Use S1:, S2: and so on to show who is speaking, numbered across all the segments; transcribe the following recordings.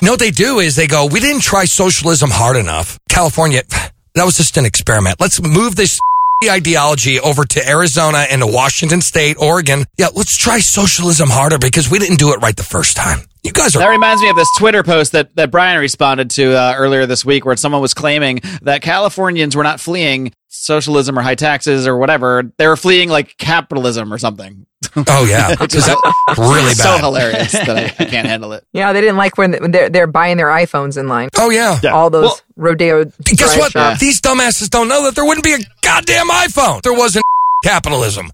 S1: You know what they do is they go, we didn't try socialism hard enough. California, that was just an experiment. Let's move this ideology over to Arizona and to Washington State, Oregon. Yeah, let's try socialism harder because we didn't do it right the first time. You guys are
S2: That reminds me of this Twitter post that, that Brian responded to uh, earlier this week where someone was claiming that Californians were not fleeing socialism or high taxes or whatever. They were fleeing like capitalism or something.
S1: Oh yeah, because that's really
S2: so
S1: bad.
S2: hilarious that I, I can't handle it.
S3: Yeah, they didn't like when they're, they're buying their iPhones in line.
S1: Oh yeah.
S3: All those
S2: Well,
S3: Rodeo.
S1: Guess
S3: drive
S1: what?
S3: shops.
S1: These dumbasses don't know that there wouldn't be a goddamn iPhone. if There wasn't capitalism.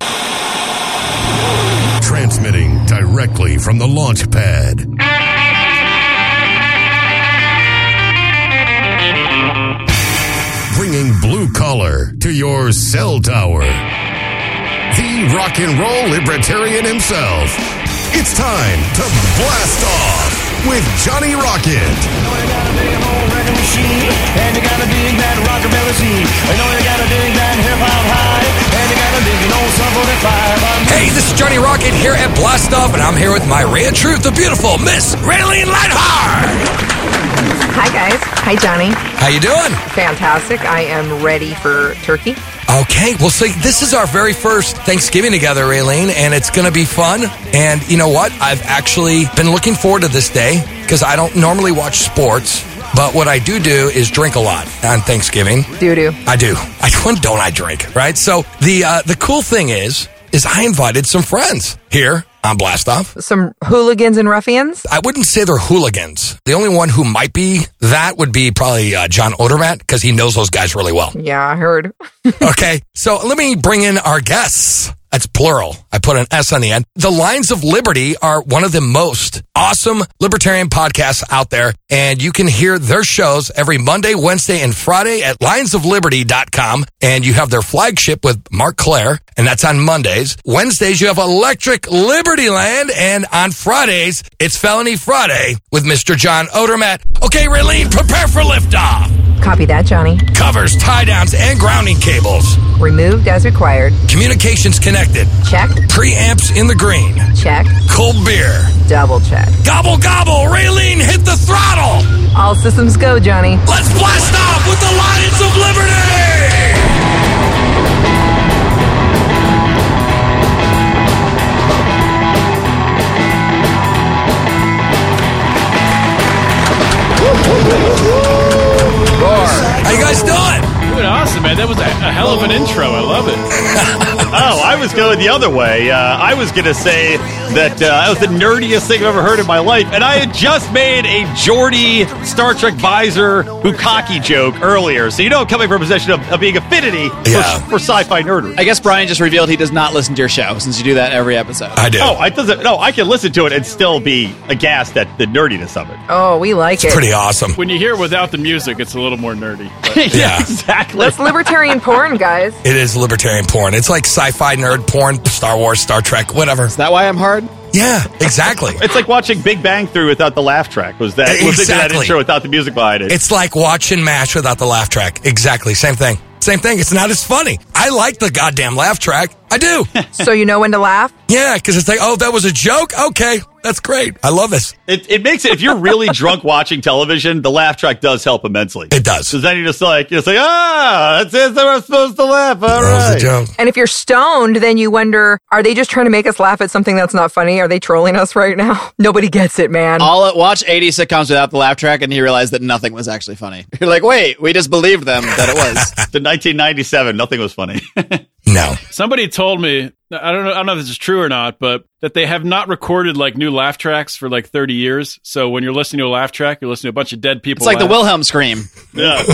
S4: Transmitting directly from the launch pad. Bringing blue collar to your cell tower. The rock and roll libertarian himself. It's time to blast off with Johnny
S5: know
S4: Rocket.
S5: you gotta dig a whole record machine, and you gotta dig that rockabilly scene. I know you gotta dig that hip hop high, and you gotta dig an old sub 45. I'm
S1: Hey, this is Johnny Rocket here at Blast Off, and I'm here with my ray of truth, the beautiful Miss Raylene Lighthart.
S3: Hi, guys. Hi, Johnny.
S1: How you doing?
S3: Fantastic. I am ready for turkey.
S1: Okay, well, see, this is our very first Thanksgiving together, Raylene, and it's going to be fun. And you know what? I've actually been looking forward to this day because I don't normally watch sports, but what I do do is drink a lot on Thanksgiving.
S3: Doo doo.
S1: I do. I when don't I drink? Right. So the uh, the cool thing is is I invited some friends here on Blast Off.
S3: Some hooligans and ruffians.
S1: I wouldn't say they're hooligans. The only one who might be that would be probably uh, John Odermatt because he knows those guys really well.
S3: Yeah, I heard.
S1: Okay. So let me bring in our guests. That's plural. I put an S on the end. The Lines of Liberty are one of the most awesome libertarian podcasts out there. And you can hear their shows every Monday, Wednesday, and Friday at linesofliberty.com. And you have their flagship with Mark Claire, and that's on Mondays. Wednesdays, you have Electric Liberty Land. And on Fridays, it's Felony Friday with Mr. John Odermatt. Okay, Raylene, prepare for liftoff.
S3: Copy that, Johnny.
S1: Covers, tie downs, and grounding cables.
S3: Removed as required.
S1: Communications connected.
S3: Check,
S1: Preamps in the green.
S3: check,
S1: Cold beer.
S3: double check.
S1: Gobble gobble. Raylene hit the throttle.
S3: All systems go, Johnny.
S1: Let's blast off with the Lions of Liberty. How you guys doing?
S6: Doing awesome, man. That was a, a hell of an intro. I love it.
S7: Oh, I was going the other way. Uh, I was going to say that uh, that was the nerdiest thing I've ever heard in my life, and I had just made a Geordie Star Trek visor Bukaki joke earlier. So you know, I'm coming from a position of, of being affinity for,
S1: Yeah.
S7: for sci-fi nerdery.
S2: I guess Brian just revealed he does not listen to your show since you do that every episode.
S1: I do.
S7: Oh, it doesn't. No, I can listen to it and still be aghast at the nerdiness of it.
S3: Oh, we like it.
S1: Pretty awesome.
S6: When you hear without the music, it's a little more nerdy. but-
S1: Yeah.
S7: exactly.
S3: That's libertarian porn, guys.
S1: It is libertarian porn. It's like sci-fi nerd porn, Star Wars, Star Trek, whatever.
S2: Is that why I'm hard?
S1: Yeah, exactly.
S7: It's like watching Big Bang Theory without the laugh track. Was that was that
S1: Exactly.
S7: intro without the music behind it?
S1: It's like watching MASH without the laugh track. Exactly. Same thing. Same thing. It's not as funny. I like the goddamn laugh track. I do.
S3: So you know when to laugh?
S1: yeah, because it's like, oh, that was a joke? Okay. That's great. I love this.
S7: It, it makes it if you're really drunk watching television, the laugh track does help immensely.
S1: It does.
S7: Because then you're just like you're just like ah, that's it. That I'm supposed to laugh. All
S1: that was a
S7: right.
S1: joke.
S3: And if you're stoned, then you wonder, are they just trying to make us laugh at something that's not funny? Are they trolling us right now? Nobody gets it, man.
S2: All at watch 80 sitcoms without the laugh track, and he realized that nothing was actually funny. You're like, wait, we just believed them that it was.
S7: The 1997, nothing was funny.
S1: No.
S6: Somebody told me I don't know I don't know if this is true or not, but that they have not recorded like new laugh tracks for like 30 years. So when you're listening to a laugh track, you're listening to a bunch of dead people.
S2: It's like the
S6: laugh.
S2: Wilhelm scream.
S7: yeah.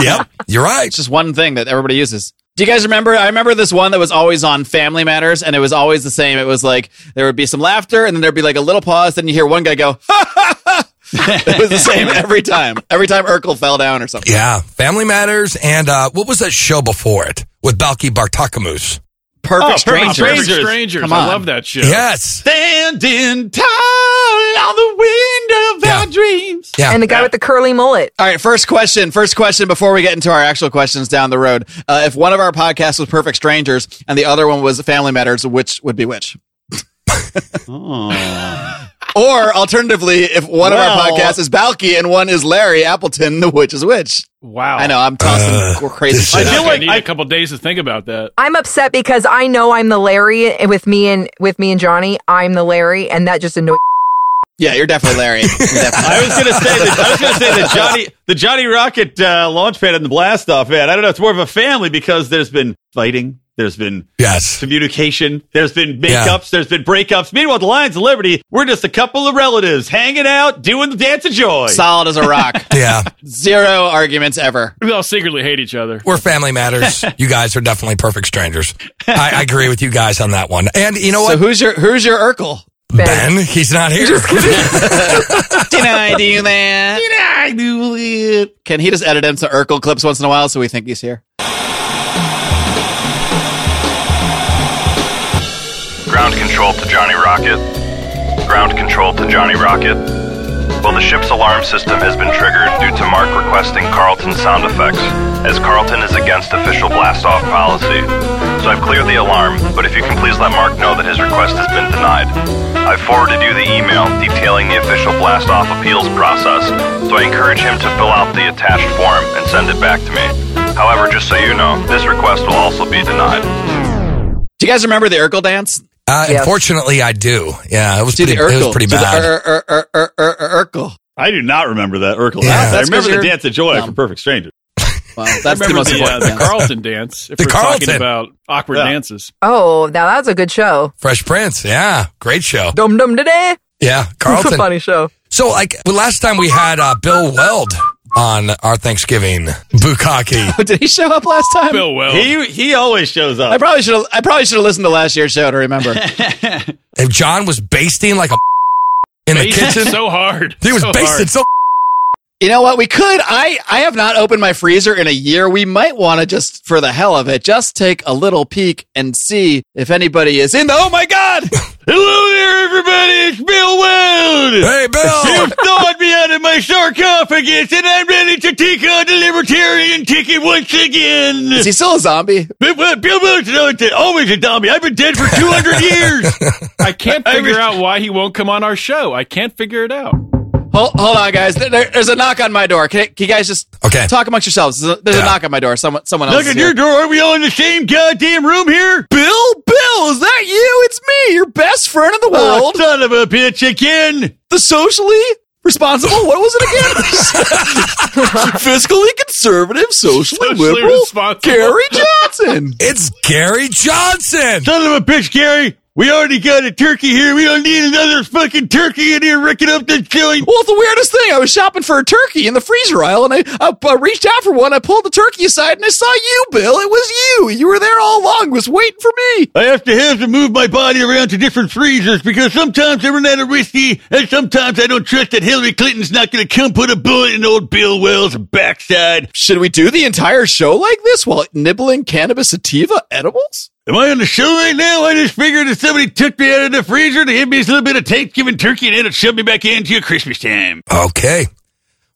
S1: yep. You're right.
S2: It's just one thing that everybody uses. Do you guys remember? I remember this one that was always on Family Matters, and it was always the same. It was like there would be some laughter, and then there'd be like a little pause, then you hear one guy go, it was the same every time. Every time Urkel fell down or something.
S1: Yeah. Family Matters. And uh, what was that show before it with Balki Bartakamus?
S2: Perfect
S7: Oh, Perfect
S6: Perfect
S2: strangers.
S7: Strangers.
S6: strangers.
S2: Come
S6: I
S2: on.
S6: love that show.
S1: Yes.
S7: Standing tall on the wind of
S1: Yeah.
S7: our dreams.
S1: Yeah.
S3: and the guy with the curly mullet.
S2: All right, first question. First question before we get into our actual questions down the road. Uh, if one of our podcasts was Perfect Strangers and the other one was Family Matters, which would be which? Or alternatively, if one
S7: Well-
S2: of our podcasts is Balky and one is Larry Appleton, the which is which.
S6: Wow.
S2: I know I'm tossing crazy
S1: this
S2: shit.
S7: is-
S2: out
S6: I
S7: feel
S2: there.
S7: like
S6: need
S7: I-
S6: a couple days to think about that.
S3: I'm upset because I know I'm the Larry with me and with me and Johnny. I'm the Larry, and that just annoys.
S2: Yeah, you're definitely Larry. You're definitely-
S7: I was gonna say that I was gonna say that Johnny the Johnny Rocket uh, Launchpad and the Blast Off man. I don't know. It's more of a family because there's been fighting, there's been
S1: Yes.
S7: communication, there's been
S1: Yeah.
S7: makeups, there's been breakups. Meanwhile, the Lions of Liberty, we're just a couple of relatives hanging out, doing the dance of joy.
S2: solid as a rock.
S1: Yeah.
S2: Zero arguments ever.
S6: We all secretly hate each other.
S1: We're family matters. you guys are definitely perfect strangers. I, I agree with you guys on that one. And you know
S2: So
S1: what?
S2: who's your who's your Urkel?
S1: ben, he's not here.
S2: Did I do that? Did I do it? Can he just edit in some Urkel clips once in a while so we think he's here?
S8: Ground control to Johnny Rocket. Ground control to Johnny Rocket. Well, the ship's alarm system has been triggered due to Mark requesting Carlton sound effects, as Carlton is against official blast-off policy. So I've cleared the alarm, but if you can please let Mark know that his request has been denied. I forwarded you the email detailing the official blast-off appeals process, so I encourage him to fill out the attached form and send it back to me. However, just so you know, this request will also be denied.
S2: Do you guys remember the Urkel dance?
S1: Uh,
S3: Yes.
S1: Unfortunately, I do. Yeah, it was
S2: Do
S1: pretty.
S2: the Urkel?
S1: It was pretty
S2: Do the
S1: bad.
S2: Ur- Ur- Ur- Ur- Ur- Ur- Urkel.
S7: I do not remember that Urkel.
S1: Yeah.
S7: I
S2: That's 'cause
S7: remember the
S2: you're
S7: dance of joy
S2: dumb.
S7: from Perfect Strangers.
S2: Wow, that's the
S6: Remember
S2: most
S6: the, uh,
S2: important.
S6: the
S2: dance.
S6: Carlton dance. If
S1: The
S6: we're
S1: Carlton.
S6: talking about awkward
S7: Yeah.
S6: dances.
S3: Oh, now that's a good show.
S1: Fresh Prince. Yeah, great show.
S3: Dum dum today.
S1: Yeah,
S3: It's a
S1: Carlton.
S3: funny show.
S1: so, like well, last time we had uh, Bill Weld on our Thanksgiving bukkake.
S2: Did he show up last time?
S6: Bill Weld.
S7: He he always shows
S2: I
S7: up.
S2: probably should have. I probably should have listened to last year's show to remember.
S1: if John was basting like a in the
S6: Basted
S1: kitchen,
S6: so hard.
S1: he was
S6: so
S1: basting so.
S2: you know what? We could. I I have not opened my freezer in a year. We might want to just for the hell of it, just take a little peek and see if anybody is in the. Oh my god!
S7: Hello there, everybody. It's Bill Weld.
S1: Hey, oh. Bill.
S7: You've thawed me out of my sarcophagus, and I'm ready to take on the libertarian ticket once again.
S2: Is he still a zombie?
S7: Bill Bill Wilson, always a zombie. I've been dead for 200 years.
S6: I can't
S7: I
S6: figure
S7: was-
S6: out why he won't come on our show. I can't figure it out.
S2: Hold, hold on, guys. There- there- there's a knock on my door. Can, can you guys just
S1: Okay.
S2: talk amongst yourselves? There's a, there's
S1: Yeah.
S2: a knock on my door. Someone, someone else.
S7: Look
S2: is
S7: at
S2: here.
S7: your door. Are we all in the same goddamn room here?
S2: Bill, Bill, is that you? It's me, your best friend in the
S7: Oh,
S2: world,
S7: son of a bitch again.
S2: the socially responsible. What was it again? Fiscally conservative, socially,
S6: Socially
S2: liberal,
S6: responsible.
S2: Gary Johnson.
S1: It's Gary Johnson.
S7: Son of a bitch, Gary. We already got a turkey here. We don't need another fucking turkey in here wrecking up this joint.
S2: Well, it's the weirdest thing. I was shopping for a turkey in the freezer aisle, and I, I, I reached out for one. I pulled the turkey aside, and I saw you, Bill. It was you. You were there all along, was waiting for me.
S7: I have to have to move my body around to different freezers because sometimes I run out of whiskey, and sometimes I don't trust that Hillary Clinton's not going to come put a bullet in old Bill Wells' backside.
S2: Should we do the entire show like this while nibbling cannabis sativa edibles?
S7: Am I on the show right now? I just figured if somebody took me out of the freezer to give me a little bit of Thanksgiving turkey and then it shoved me back into your Christmas time.
S1: Okay.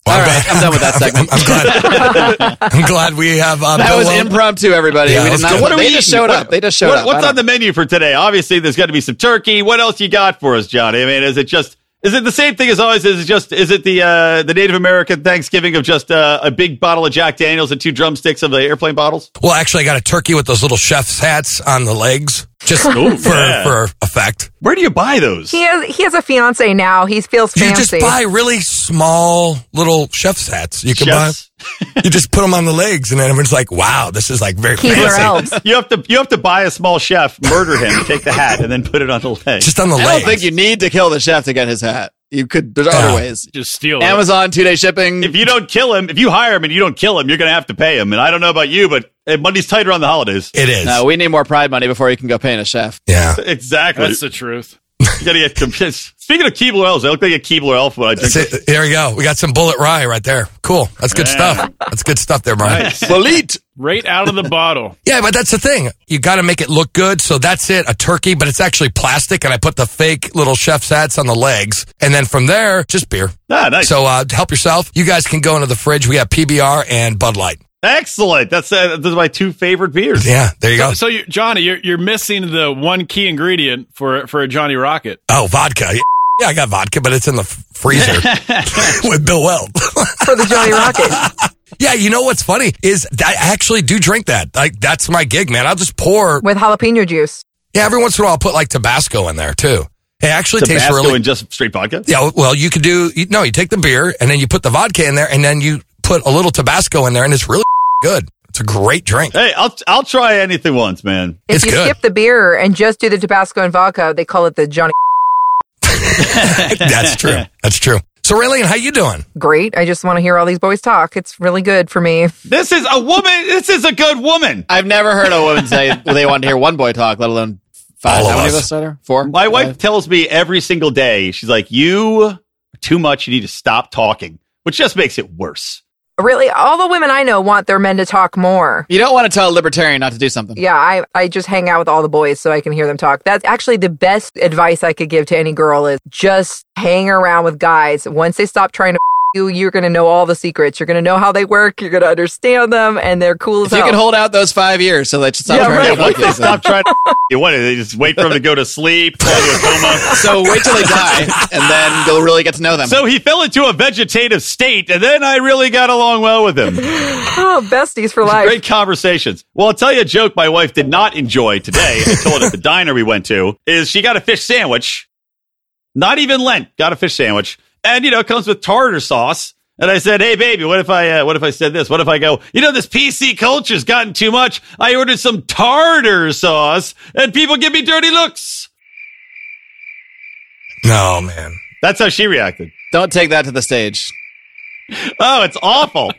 S1: Well,
S2: All
S1: I'm
S2: right,
S1: glad-
S2: I'm done with that segment.
S1: I'm glad. I'm glad we have uh,
S2: That
S1: Bill
S2: was
S1: Weld.
S2: impromptu, everybody.
S1: Yeah,
S2: we
S1: let's
S2: did
S1: go.
S2: not. What
S1: What
S2: are
S1: are
S2: they just showed
S7: What-
S2: up. They just showed
S7: what-
S2: up.
S7: What's
S2: I
S7: on the
S2: don't-
S7: menu for today? Obviously, there's got to be some turkey. What else you got for us, Johnny? I mean, is it just is it the same thing as always? Is it just is it the uh, the Native American Thanksgiving of just uh, a big bottle of Jack Daniels and two drumsticks of the airplane bottles?
S1: Well, actually, I got a turkey with those little chef's hats on the legs, just for
S7: yeah.
S1: for effect.
S7: Where do you buy those?
S3: He has he has a fiance now. He feels
S1: You
S3: fancy.
S1: just buy really small little chef's hats. You can
S7: Chefs?
S1: buy. You just put them on the legs, and then everyone's like, "Wow, this is like very
S3: Keebler
S1: fancy."
S3: elves.
S7: You have to you have to buy a small chef, murder him, take the hat, and then put it on the leg.
S1: Just on the
S2: I
S1: legs.
S2: don't think you need to kill the chef to get his hat. You could. There's
S1: Yeah.
S2: other ways.
S6: Just steal it.
S2: Amazon two day shipping.
S7: if you don't kill him, if you hire him and you don't kill him, you're going to have to pay him. And I don't know about you, but eh, money's tighter on the holidays.
S1: it is.
S2: No, we need more pride money before you can go paying a chef.
S1: yeah.
S7: Exactly.
S6: That's the truth.
S7: You gotta get comp- Speaking of Keebler elves, I look like a Keebler elf when I drink.
S1: That's
S7: this.
S1: it. There we go. We got some bullet rye right there. Cool. That's good stuff. That's good stuff there, Brian.
S2: Elite.
S6: Right out of the bottle.
S1: Yeah, but that's the thing. You got to make it look good. So that's it, a turkey, but it's actually plastic. And I put the fake little chef's hats on the legs. And then from there, just beer.
S7: Ah, nice.
S1: So uh, help yourself. You guys can go into the fridge. We have PBR and Bud Light.
S7: Excellent. That's uh, those are my two favorite beers.
S1: Yeah, there you go.
S6: So, you, Johnny, you're, you're missing the one key ingredient for for a Johnny Rocket.
S1: Oh, vodka. Yeah, I got vodka, but it's in the f- freezer with Bill Weld.
S3: for the Johnny Rocket.
S1: yeah, you know what's funny is I actually do drink that. Like that's my gig, man. I'll just pour.
S3: With jalapeno juice.
S1: Yeah, every once in a while I'll put like Tabasco in there too. It actually tastes
S7: Tabasco
S1: really.
S7: and just straight vodka.
S1: yeah, well, you could do you, no. You take the beer and then you put the vodka in there, and then you put a little Tabasco in there, and it's really good. It's a great drink.
S7: Hey, I'll I'll try anything once, man.
S3: If
S1: It's
S3: you
S1: good.
S3: skip the beer and just do the Tabasco and vodka, they call it the Johnny.
S1: That's true. That's true. So, Raylene, how you doing?
S3: Great. I just want to hear all these boys talk. It's really good for me.
S7: This is a woman. This is a good woman.
S2: I've never heard a woman say they want to hear one boy talk, let alone five.
S1: All of
S2: How many
S1: us.
S2: of us are there? Four.
S7: My wife
S2: Five?
S7: tells me every single day. She's like, "You are too much. You need to stop talking," which just makes it worse.
S3: Really, all the women I know want their men to talk more.
S2: You don't want to tell a libertarian not to do something.
S3: Yeah, I, I just hang out with all the boys so I can hear them talk. That's actually the best advice I could give to any girl is just hang around with guys. Once they stop trying to you, you're going to know all the secrets. You're going to know how they work. You're going to understand them and they're cool as
S2: If you
S3: hell.
S2: can hold out those five years, so that you stop
S3: Yeah,
S2: trying
S7: Yeah,
S2: to fuck
S7: once they
S2: these
S7: stop trying, to you what? They just wait for him to go to sleep, fall into a coma.
S2: things. So wait till they die, and then you'll really get to know them.
S7: So he fell into a vegetative state, and then I really got along well with him.
S3: oh, besties for life.
S7: Great conversations. Well, I'll tell you a joke my wife did not enjoy today. I told her at the diner we went to is she got a fish sandwich. Not even Lent got a fish sandwich, and you know it comes with tartar sauce. And I said, "Hey, baby, what if I uh, what if I said this? What if I go? You know, this PC culture's gotten too much. I ordered some tartar sauce, and people give me dirty looks."
S1: No, man.
S7: That's how she reacted.
S2: don't take that to the stage.
S7: Oh, it's awful.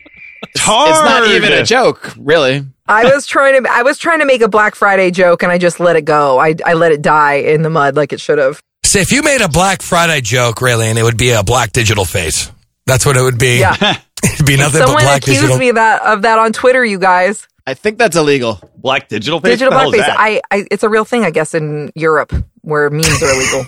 S7: Tartar.
S2: It's not even a joke, really.
S3: I was trying to I was trying to make a Black Friday joke and I just let it go. I, I let it die in the mud like it should have.
S1: So, if you made a Black Friday joke, Raylene, it would be a black digital face. That's what it would be.
S3: Yeah.
S1: It'd be nothing but
S3: Someone
S1: black
S3: accused
S1: digital.
S3: me that of that on Twitter, you guys.
S2: I think that's illegal.
S7: Black digital face.
S3: Digital
S7: What the hell is
S3: blackface.
S7: that?
S3: I, I it's a real thing, I guess, in Europe where memes are illegal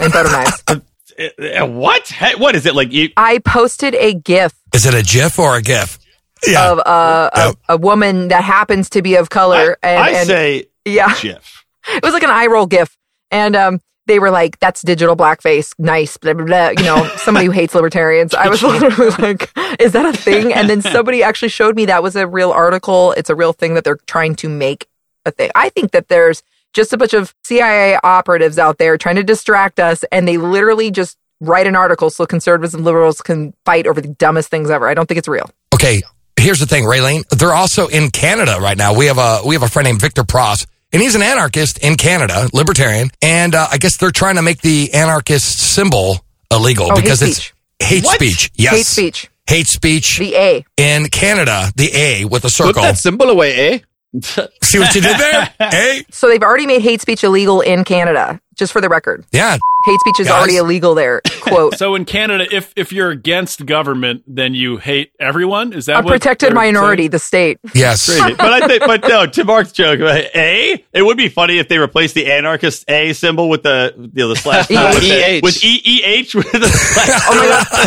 S3: and photo knives.
S7: Uh, what? Hey, what is it like? You,
S3: I posted a GIF
S1: Is it a GIF or a GIF? Yeah.
S3: of uh, a, a woman that happens to be of color,
S7: I,
S3: and,
S7: I
S3: and-
S7: say
S3: yeah,
S7: GIF.
S3: it was like an eye roll GIF, and um, they were like, "That's digital blackface, nice." Blah blah. blah. You know, somebody who hates libertarians. I was literally like, "Is that a thing?" And then somebody actually showed me that was a real article. It's a real thing that they're trying to make a thing. I think that there's just a bunch of CIA operatives out there trying to distract us, and they literally just write an article so conservatives and liberals can fight over the dumbest things ever. I don't think it's real.
S1: Okay, here's the thing, Raylene. They're also in Canada right now. We have a we have a friend named Victor Pross, and he's an anarchist in Canada, libertarian, and uh, I guess they're trying to make the anarchist symbol illegal
S3: Oh, hate
S1: because it's
S3: speech.
S1: hate speech. Yes,
S3: Hate speech.
S1: Hate speech
S3: The A.
S1: in Canada. The A with a
S2: Put
S1: circle.
S2: that symbol away, eh?
S1: See what you did there? A.
S3: So they've already made hate speech illegal in Canada, just for the record.
S1: Yeah.
S3: Hate speech is
S1: Guys?
S3: already illegal there. Quote.
S6: So in Canada, if if you're against government, then you hate everyone. Is that
S3: a
S6: what
S3: protected
S6: they're
S3: minority, the state.
S1: Yes.
S7: but I think, but no, to Mark's joke, uh, A, it would be funny if they replaced the anarchist A symbol with the, you know, the
S2: E,
S7: slash with, the,
S2: EEH.
S7: with EEH with the slash.
S3: Oh my God,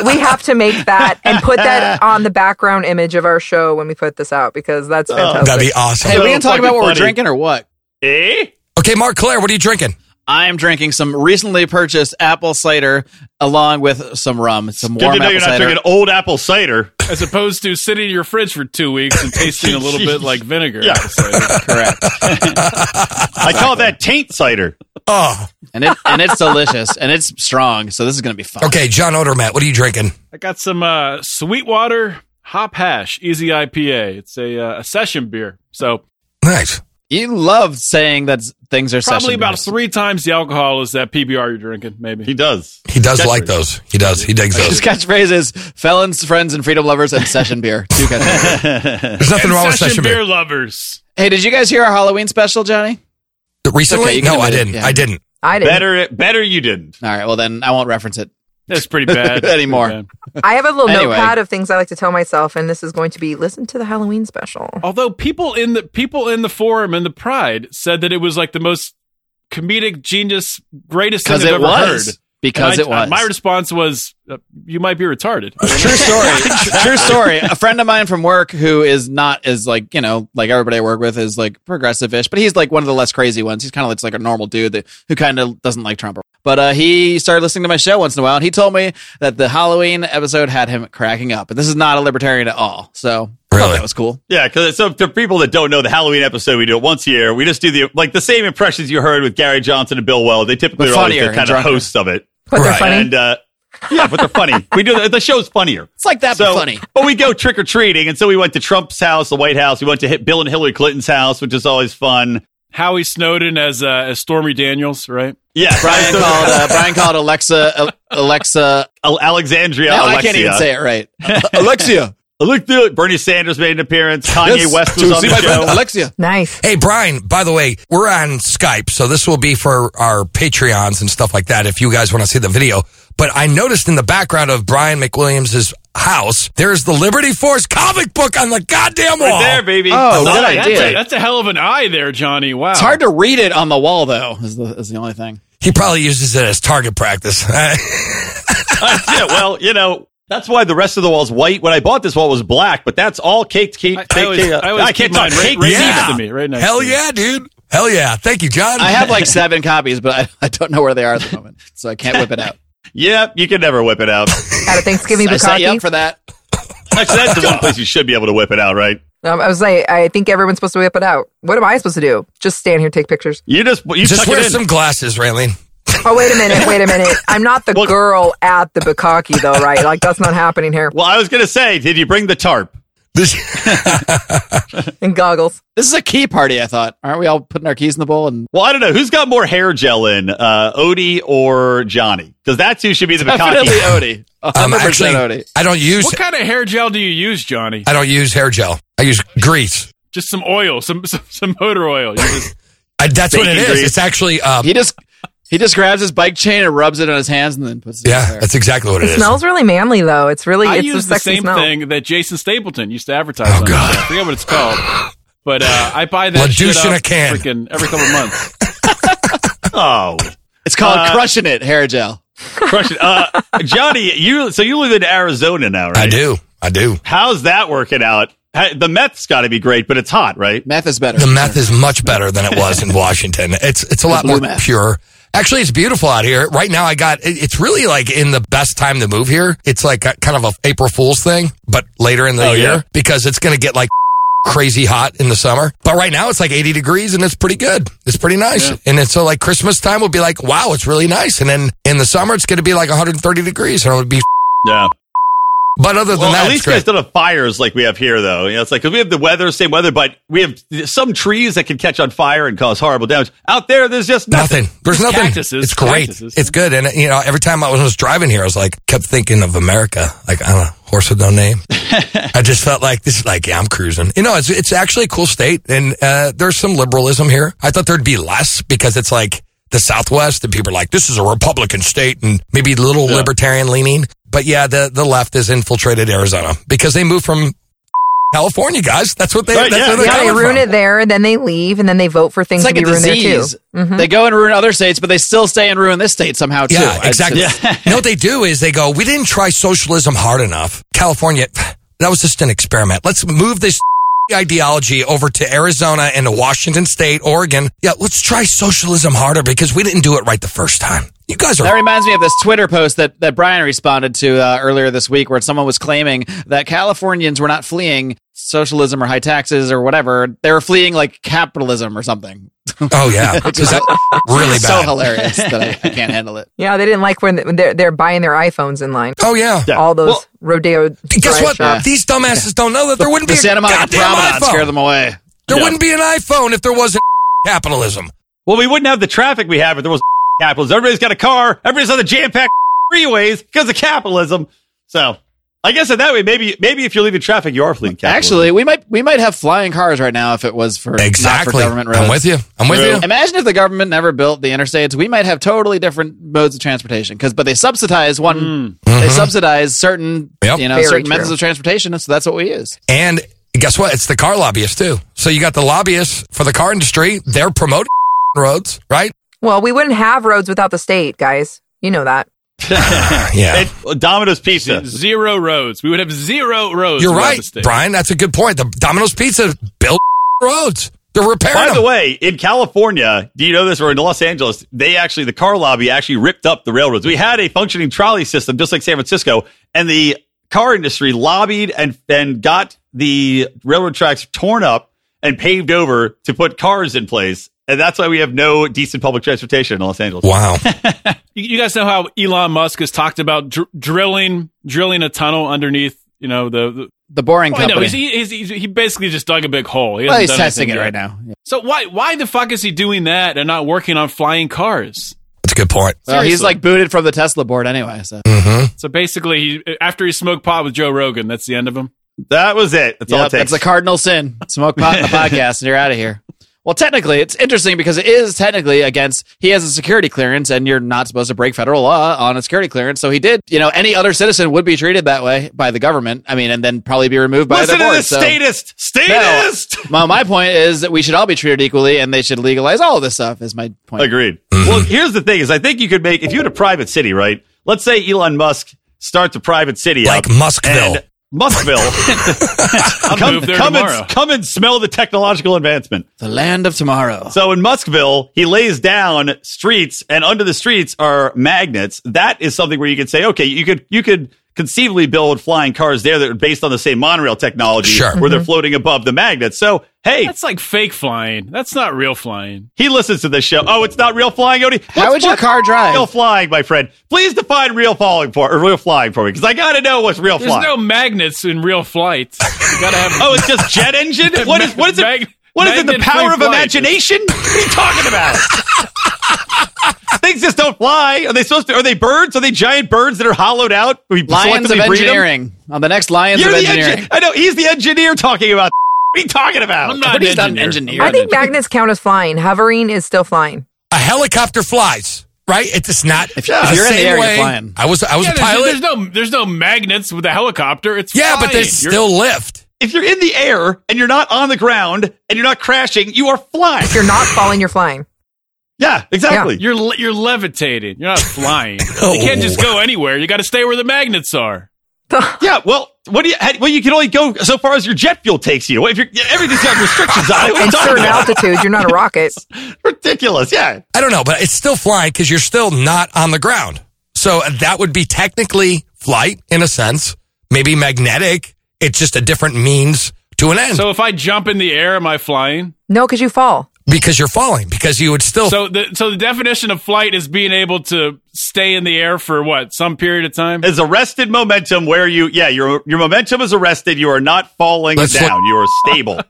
S3: please, we have to make that and put that on the background image of our show when we put this out because that's fantastic.
S1: That'd be awesome.
S2: Hey,
S7: So
S2: we can talk about
S7: fucking
S2: what we're
S7: funny.
S2: drinking or what.
S7: A?
S1: Okay, Mark Claire, what are you drinking?
S2: I'm drinking some recently purchased apple cider along with some rum, some
S7: Good
S2: warm
S7: to know
S2: apple
S7: you're not
S2: cider.
S7: drinking old apple cider.
S6: saying? As opposed to sitting in your fridge for two weeks and tasting a little bit like vinegar.
S7: Yeah.
S6: It's like-
S2: Correct.
S7: I call that taint cider.
S1: Oh,
S2: And it and it's delicious and it's strong, so this is gonna be fun.
S1: okay, John Odermatt, what are you drinking?
S6: I got some uh, Sweetwater Hop Hash Easy IPA. It's a, uh, a session beer. So
S1: Nice.
S2: You love saying that things are
S6: probably
S2: session
S6: about
S2: beers.
S6: three times the alcohol is that PBR you're drinking, maybe.
S7: He does.
S1: He does like those. He does. He digs
S2: His
S1: those.
S2: catchphrase is "felons, friends, and freedom lovers" and session beer. Two catchphrases.
S1: There's nothing wrong with Oh, session beer.
S6: lovers.
S2: hey, did you guys hear our Halloween special, Johnny?
S1: Recently?
S2: Okay, you can
S1: no, I
S2: admit it.
S1: didn't.
S2: Yeah.
S1: I didn't.
S3: I didn't.
S7: Better, better you didn't.
S2: All right, well then I won't reference it.
S6: That's pretty bad.
S2: Anymore.
S6: Pretty bad.
S3: I have a little
S2: Anyway.
S3: notepad of things I like to tell myself, and this is going to be listen to the Halloween special.
S6: Although people in the people in the forum and the pride said that it was like the most comedic genius greatest thing
S2: 'Cause
S6: they've
S2: it
S6: ever
S2: was.
S6: heard.
S2: because
S6: And I- uh,
S2: it was.
S6: my response was, uh, "You might be retarded."
S2: True story. True story. A friend of mine from work who is not as like, you know, like everybody I work with is like progressive ish, but he's like one of the less crazy ones. He's kind of like a normal dude that, who kind of doesn't like Trump. But uh, he started listening to my show once in a while and he told me that the Halloween episode had him cracking up. And this is not a libertarian at all. So I thought
S1: Really?
S2: that was cool.
S7: Yeah, because so for people that don't know the Halloween episode, we do it once a year. We just do the like the same impressions you heard with Gary Johnson and Bill Weld. They typically
S2: But
S7: are always
S2: funnier
S7: the
S2: and
S7: kind of
S2: drunker.
S7: hosts of it,
S3: But they're
S1: Right.
S3: funny.
S7: and uh, yeah, but they're funny. We do the, the show's funnier.
S2: It's like that, but funny.
S7: But we go trick or treating, and so we went to Trump's house, the White House. We went to hit Bill and Hillary Clinton's house, which is always fun.
S6: Howie Snowden as uh, as Stormy Daniels, right?
S7: Yeah,
S2: Brian
S7: so-
S2: called, uh, Brian called Alexa, Al- Alexa.
S7: Al- Alexandria.
S2: now I
S7: Alexia.
S2: can't even say it right. Alexia.
S7: Look through it. Bernie Sanders made an appearance. Kanye
S2: Yes.
S7: West
S2: Dude,
S7: was on
S2: see
S7: the
S2: my friend
S7: show.
S2: Alexia.
S3: nice.
S1: Hey, Brian, by the way, we're on Skype, so this will be for our Patreons and stuff like that if you guys want to see the video. But I noticed in the background of Brian McWilliams' house, there's the Liberty Force comic book on the goddamn wall.
S7: Right there, baby.
S2: Oh, good
S7: Nice.
S6: That's
S2: idea.
S6: a, that's a hell of an eye there, Johnny. Wow.
S2: It's hard to read it on the wall, though, is the, is the only thing.
S1: He probably uses it as target practice.
S7: yeah, well, you know, that's why the rest of the wall's white. When I bought this wall, it was black, but that's all caked. Cake,
S6: I, I, always, I, always
S7: can't
S6: keep mine
S7: talk
S6: right,
S7: cake.
S6: right
S1: Yeah.
S6: next to me. Right next.
S1: Hell
S6: to me.
S1: yeah, dude. Hell yeah. Thank you, John.
S2: I have like seven copies, but I, I don't know where they are at the moment, so I can't whip it out.
S7: Yep, you can never whip it out.
S3: At a Thanksgiving
S2: I set you up
S3: bukkake.
S2: for that.
S7: Actually, that's the one place you should be able to whip it out, right?
S3: Um, I was like, I think everyone's supposed to whip it out. What am I supposed to do? Just stand here, take pictures.
S7: You just you
S1: Just
S7: tuck
S1: wear
S7: it in.
S1: some glasses, Raylene.
S3: Oh, wait a minute, wait a minute. I'm not the
S7: Look-
S3: girl at the bukkake, though, right? Like that's not happening here.
S7: well, I was gonna say, did you bring the tarp?
S3: And goggles.
S2: This is a key party, I thought. Aren't we all putting our keys in the bowl? And
S7: Well, I don't know who's got more hair gel in, uh, Odie or Johnny, because that's who should be the
S2: definitely
S7: Bukkake.
S2: Odie,
S1: Um,
S2: hundred
S1: actually,
S2: percent Odie.
S1: I don't use
S6: What kind of hair gel do you use, Johnny?
S1: I don't use hair gel. I use grease.
S6: Just some oil, some some, some motor oil. You just-
S1: I, that's what it
S7: Bacon
S1: is.
S7: grease.
S1: It's actually uh,
S2: He just he just grabs his bike chain and rubs it on his hands, and then puts it. in his
S1: yeah,
S2: hair.
S1: that's exactly what it
S3: It
S1: is.
S3: smells really manly, though. It's really,
S6: I
S3: it's a
S6: use the
S3: sexy
S6: same
S3: smell.
S6: thing that Jason Stapleton used to advertise.
S1: Oh,
S6: on.
S1: God.
S6: I forget what it's called, but uh, I buy that
S1: La
S6: shit
S1: douche in
S6: up
S1: a can.
S6: freaking every couple months.
S7: Oh,
S2: it's called
S7: Uh,
S2: crushing it hair gel.
S7: crush it, uh, Johnny. You so you live in Arizona now, right?
S1: I do. I do.
S7: How's that working out? Hey, The meth's got to be great, but it's hot, right?
S2: Meth is better.
S1: The meth is much better than it was in Washington. It's it's a lot
S2: Blue
S1: more
S2: meth.
S1: pure. Actually, it's beautiful out here right now. I got it- it's really like in the best time to move here. It's like a, kind of a April Fool's thing, but later in the
S7: Oh,
S1: year
S7: yeah.
S1: because it's going to get like crazy hot in the summer. But right now it's like 80 degrees and it's pretty good. It's pretty nice. And then so like Christmas time will be like, wow, it's really nice. And then in the summer it's going to be like 130 degrees and it'll be.
S7: Yeah.
S1: But other than
S7: Well,
S1: that,
S7: at
S1: it's
S7: least you
S1: great.
S7: guys don't have fires like we have here, though. You know, it's like because we have the weather, same weather, but we have some trees that can catch on fire and cause horrible damage. Out there, there's just nothing.
S1: Nothing. There's nothing.
S6: cactuses,
S1: It's great.
S6: cactuses.
S1: It's good. And you know, every time I was driving here, I was like, kept thinking of America. Like, I don't know, horse with no name. I just felt like this is like, yeah, I'm cruising. You know, it's it's actually a cool state, and uh, there's some liberalism here. I thought there'd be less because it's like the Southwest, and people are like, this is a Republican state, and maybe a little libertarian leaning. But yeah, the the left has infiltrated Arizona because they moved from. California guys, that's what they.
S7: Right,
S1: that's
S7: yeah,
S1: where they're
S7: yeah.
S3: Yeah, they
S1: coming
S3: ruin
S1: from.
S3: it there, and then they leave, and then they vote for things
S2: It's like
S3: to
S2: a
S3: be ruined there too. Mm-hmm.
S2: disease. They go and ruin other states, but they still stay and ruin this state somehow too.
S1: Yeah,
S2: I-
S1: exactly.
S2: it's-
S1: no, what they do is they go, we didn't try socialism hard enough. California, that was just an experiment. Let's move this ideology over to Arizona and to Washington State, Oregon. Yeah, let's try socialism harder because we didn't do it right the first time. You guys
S2: That
S1: are.
S2: reminds me of this Twitter post that, that Brian responded to uh, earlier this week, where someone was claiming that Californians were not fleeing socialism or high taxes or whatever. They were fleeing like capitalism or something.
S1: Oh, yeah. Is that really
S2: It's so
S1: bad?
S2: hilarious that I, I can't handle it.
S3: Yeah, they didn't like when they're, they're buying their iPhones in line.
S1: Oh, yeah.
S3: All those
S7: Well,
S3: rodeo.
S1: Guess
S3: drive
S1: what?
S3: shops.
S1: These dumbasses don't know that there wouldn't
S2: The
S1: be a
S2: Santa Monica
S1: goddamn
S2: promenade
S1: iPhone.
S2: scared them away.
S1: There
S7: Yeah.
S1: wouldn't be an iPhone if there wasn't capitalism.
S7: Well, we wouldn't have the traffic we have if there was capitalism. Everybody's got a car. Everybody's on the jam-packed freeways because of capitalism. So, I guess in that way, maybe maybe if you're leaving traffic, you are fleeing. Capitalism.
S2: Actually, we might we might have flying cars right now if it was for not for
S1: Exactly.
S2: government roads.
S1: I'm with you. I'm with you.
S2: Imagine if the government never built the interstates, we might have totally different modes of transportation. Because, but they subsidize one, they
S6: Mm-hmm.
S2: subsidize certain,
S1: Yep.
S2: you know,
S3: Very
S2: certain
S3: true.
S2: methods of transportation, and so that's what we use.
S1: And guess what? It's the car lobbyists too. So you got the lobbyists for the car industry. They're promoting roads, right?
S3: Well, we wouldn't have roads without the state, guys. You know that.
S1: Yeah.
S7: It- Domino's Pizza.
S6: Zero roads. We would have zero roads.
S1: You're
S6: without
S1: right,
S6: the state.
S1: Brian. That's a good point. The Domino's Pizza built roads. They're repairing
S7: By the
S1: them.
S7: way, in California, do you know this? Or in Los Angeles, they actually, the car lobby actually ripped up the railroads. We had a functioning trolley system just like San Francisco, and the car industry lobbied and, and got the railroad tracks torn up and paved over to put cars in place. And that's why we have no decent public transportation in Los Angeles.
S1: Wow.
S6: You, you guys know how Elon Musk has talked about dr- drilling drilling a tunnel underneath. You know the. the
S2: The boring
S6: well, Oh, I know,
S2: company.
S6: he's, he's, he's, he basically just dug a big hole. He
S2: well,
S6: hasn't
S2: he's
S6: done
S2: testing it
S6: anything
S2: right
S6: yet.
S2: now. Yeah.
S6: So why why the fuck is he doing that and not working on flying cars?
S1: That's a good point.
S2: Well, he's
S6: Seriously.
S2: like booted from the Tesla board anyway. So
S6: So basically, he, after he smoked pot with Joe Rogan, that's the end of him.
S7: That was it. That's all it
S2: Yep,
S7: takes.
S2: that's a cardinal sin. Smoke pot in the podcast, and you're out of here. Well, technically, it's interesting because it is technically against. He has a security clearance, and you're not supposed to break federal law on a security clearance. So he did. You know, any other citizen would be treated that way by the government. I mean, and then probably be removed by
S7: Listen
S2: the
S7: to
S2: board.
S7: this
S2: so-
S7: statist.
S2: No.
S7: Statist.
S2: Well, my point is that we should all be treated equally, and they should legalize all of this stuff. Is my point.
S7: Agreed.
S2: Mm-hmm.
S7: Well, here's the thing: is I think you could make if you had a private city, right? Let's say Elon Musk starts a private city
S1: Like
S7: up
S1: Muskville.
S7: and- Muskville. come,
S6: move there
S7: come,
S6: tomorrow.
S7: and, come and smell the technological advancement.
S2: The land of tomorrow.
S7: So in Muskville, he lays down streets, and under the streets are magnets. That is something where you could say, okay, you could you could conceivably build flying cars there that are based on the same monorail technology,
S1: Sure.
S7: where
S2: Mm-hmm.
S7: they're floating above the magnets. So hey,
S6: That's like fake flying. That's not real flying.
S7: he listens to this show. Oh, it's not real flying, Odie.
S2: How would your car drive?
S7: Real flying, my friend. Please define real falling for or real flying for me, because I got to know what's real
S6: There's
S7: flying.
S6: no magnets in real flight. You gotta have.
S7: oh, it's just jet engine. What is what is it?
S6: Mag-
S7: What is it? The
S6: magnet-free
S7: power of
S6: flight.
S7: imagination? What are you talking about? Things just don't fly. Are they supposed to? Are they birds? Are they giant birds that are hollowed out? We
S2: Lions of
S7: selectively breed 'em?
S2: engineering. On the next Lions
S7: You're
S2: of
S7: the
S2: engineering.
S7: engineer. I know he's the engineer talking about. What are you talking about?
S6: I'm not
S2: But
S6: an
S2: he's not an engineer.
S6: You're
S3: I think
S6: an-
S3: magnets count as flying. Hovering is still flying.
S1: A helicopter flies, right? It's just not. If
S2: if you're in the air, you're flying.
S1: I was. I was
S6: Yeah,
S1: a
S6: there's,
S1: pilot.
S6: there's no there's no magnets with a helicopter. It's
S1: yeah, but
S6: flying.
S1: they
S6: You're-
S1: still lift.
S7: If you're in the air and you're not on the ground and you're not crashing, you are flying.
S3: If you're not falling, you're flying.
S7: Yeah, exactly.
S6: You're le- you're levitating. You're not flying. You can't just
S1: Oh.
S6: go anywhere. You got to stay where the magnets are.
S7: Yeah, well, what do you? how- Well, you can only go so far as your jet fuel takes you. If you're, everything's got restrictions on it. What are you
S3: In
S7: talking
S3: certain
S7: about?
S3: altitudes, you're not a rocket.
S7: Ridiculous. Yeah.
S1: I don't know, but it's still flying because you're still not on the ground. So uh, that would be technically flight in a sense, maybe magnetic. It's just a different means to an end
S6: So if I jump in the air, am I flying?
S3: No, because you fall.
S1: because you're falling because you would still.
S6: So the so the definition of flight is being able to stay in the air for what some period of time.
S7: It's arrested momentum where you, yeah, your your momentum is arrested. You are not falling
S1: Let's
S7: down. you are stable.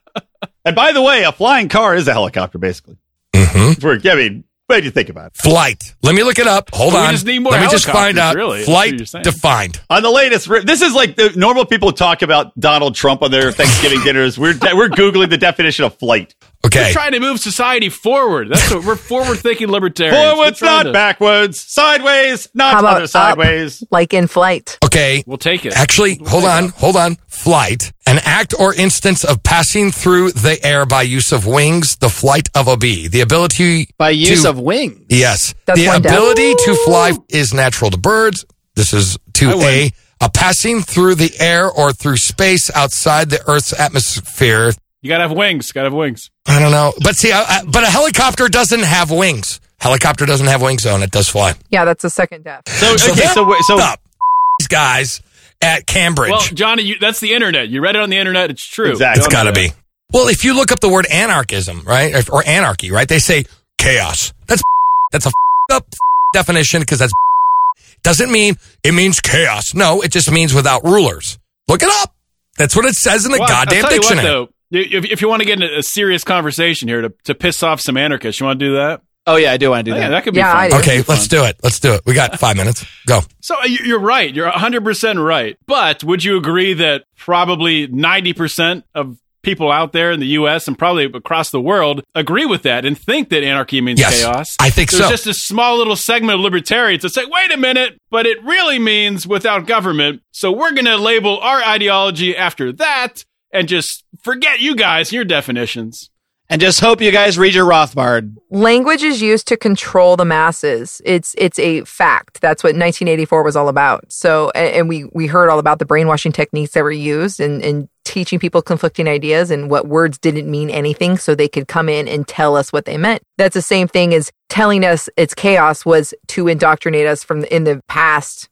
S7: and by the way, a flying car is a helicopter, basically.
S1: Mm-hmm.
S7: For, I mean, what do you think about it?
S1: Flight. Let me look it up. Hold
S6: We
S1: on.
S6: just need more
S1: Let me just
S6: helicopters,
S1: find out.
S6: really. That's what
S1: Flight
S6: you're saying.
S1: defined.
S7: On the latest, re- this is like the normal people talk about Donald Trump on their Thanksgiving dinners. We're we're googling the definition of flight.
S1: Okay.
S6: We're trying to move society forward. That's what we're forward thinking libertarians. We're
S7: Forwards,
S6: trying
S7: not
S6: to-
S7: backwards. Sideways, not
S3: How about
S7: other
S3: up?
S7: sideways.
S3: Like in flight.
S1: Okay.
S6: We'll take it.
S1: Actually, hold on, hold on. Flight, an act or instance of passing through the air by use of wings, the flight of a bee, the ability
S2: By use
S1: to-
S2: of wings.
S1: yes,
S3: That's
S1: the
S3: one down.
S1: ability to fly is natural to birds. This is to a a passing through the air or through space outside the Earth's atmosphere.
S6: You gotta have wings. Gotta have wings.
S1: I don't know, but see, I, I, but a helicopter doesn't have wings. Helicopter doesn't have wings on it. Does fly.
S3: Yeah, that's a second death.
S7: So, okay, so wait, so
S1: Stop, these guys at Cambridge.
S6: Well, Johnny, you, that's the internet. You read it on the internet. It's true.
S7: Exactly.
S1: It's got to be. Well, if you look up the word anarchism, right, or- or anarchy, right, they say chaos. That's that's a up definition because that's doesn't mean it means chaos. No, it just means without rulers. Look it up. That's what it says in the
S6: Well, I'll
S1: goddamn
S6: tell you what,
S1: dictionary.
S6: though, i- if, if you want to get in a, a serious conversation here to, to piss off some anarchists, you want to do that?
S2: Oh yeah, I do want to do
S6: Yeah,
S2: that.
S6: that could be
S3: Yeah, I
S6: fun.
S3: do.
S1: okay, let's do it. Let's do it. We got five minutes. Go.
S6: So uh, you- you're right. You're 100% right. But would you agree that probably 90% of people out there in the US and probably across the world agree with that and think that anarchy means
S1: Yes,
S6: chaos?
S1: I think
S6: There's
S1: so.
S6: just a small little segment of libertarians that say, wait a minute, but it really means without government. So we're going to label our ideology after that and just forget you guys, and your definitions.
S2: and just hope you guys read your Rothbard.
S3: Language is used to control the masses. It's it's a fact. That's what 1984 was all about. So, and, and we we heard all about the brainwashing techniques that were used and and teaching people conflicting ideas and what words didn't mean anything, so they could come in and tell us what they meant. That's the same thing as telling us it's chaos was to indoctrinate us from the, in the past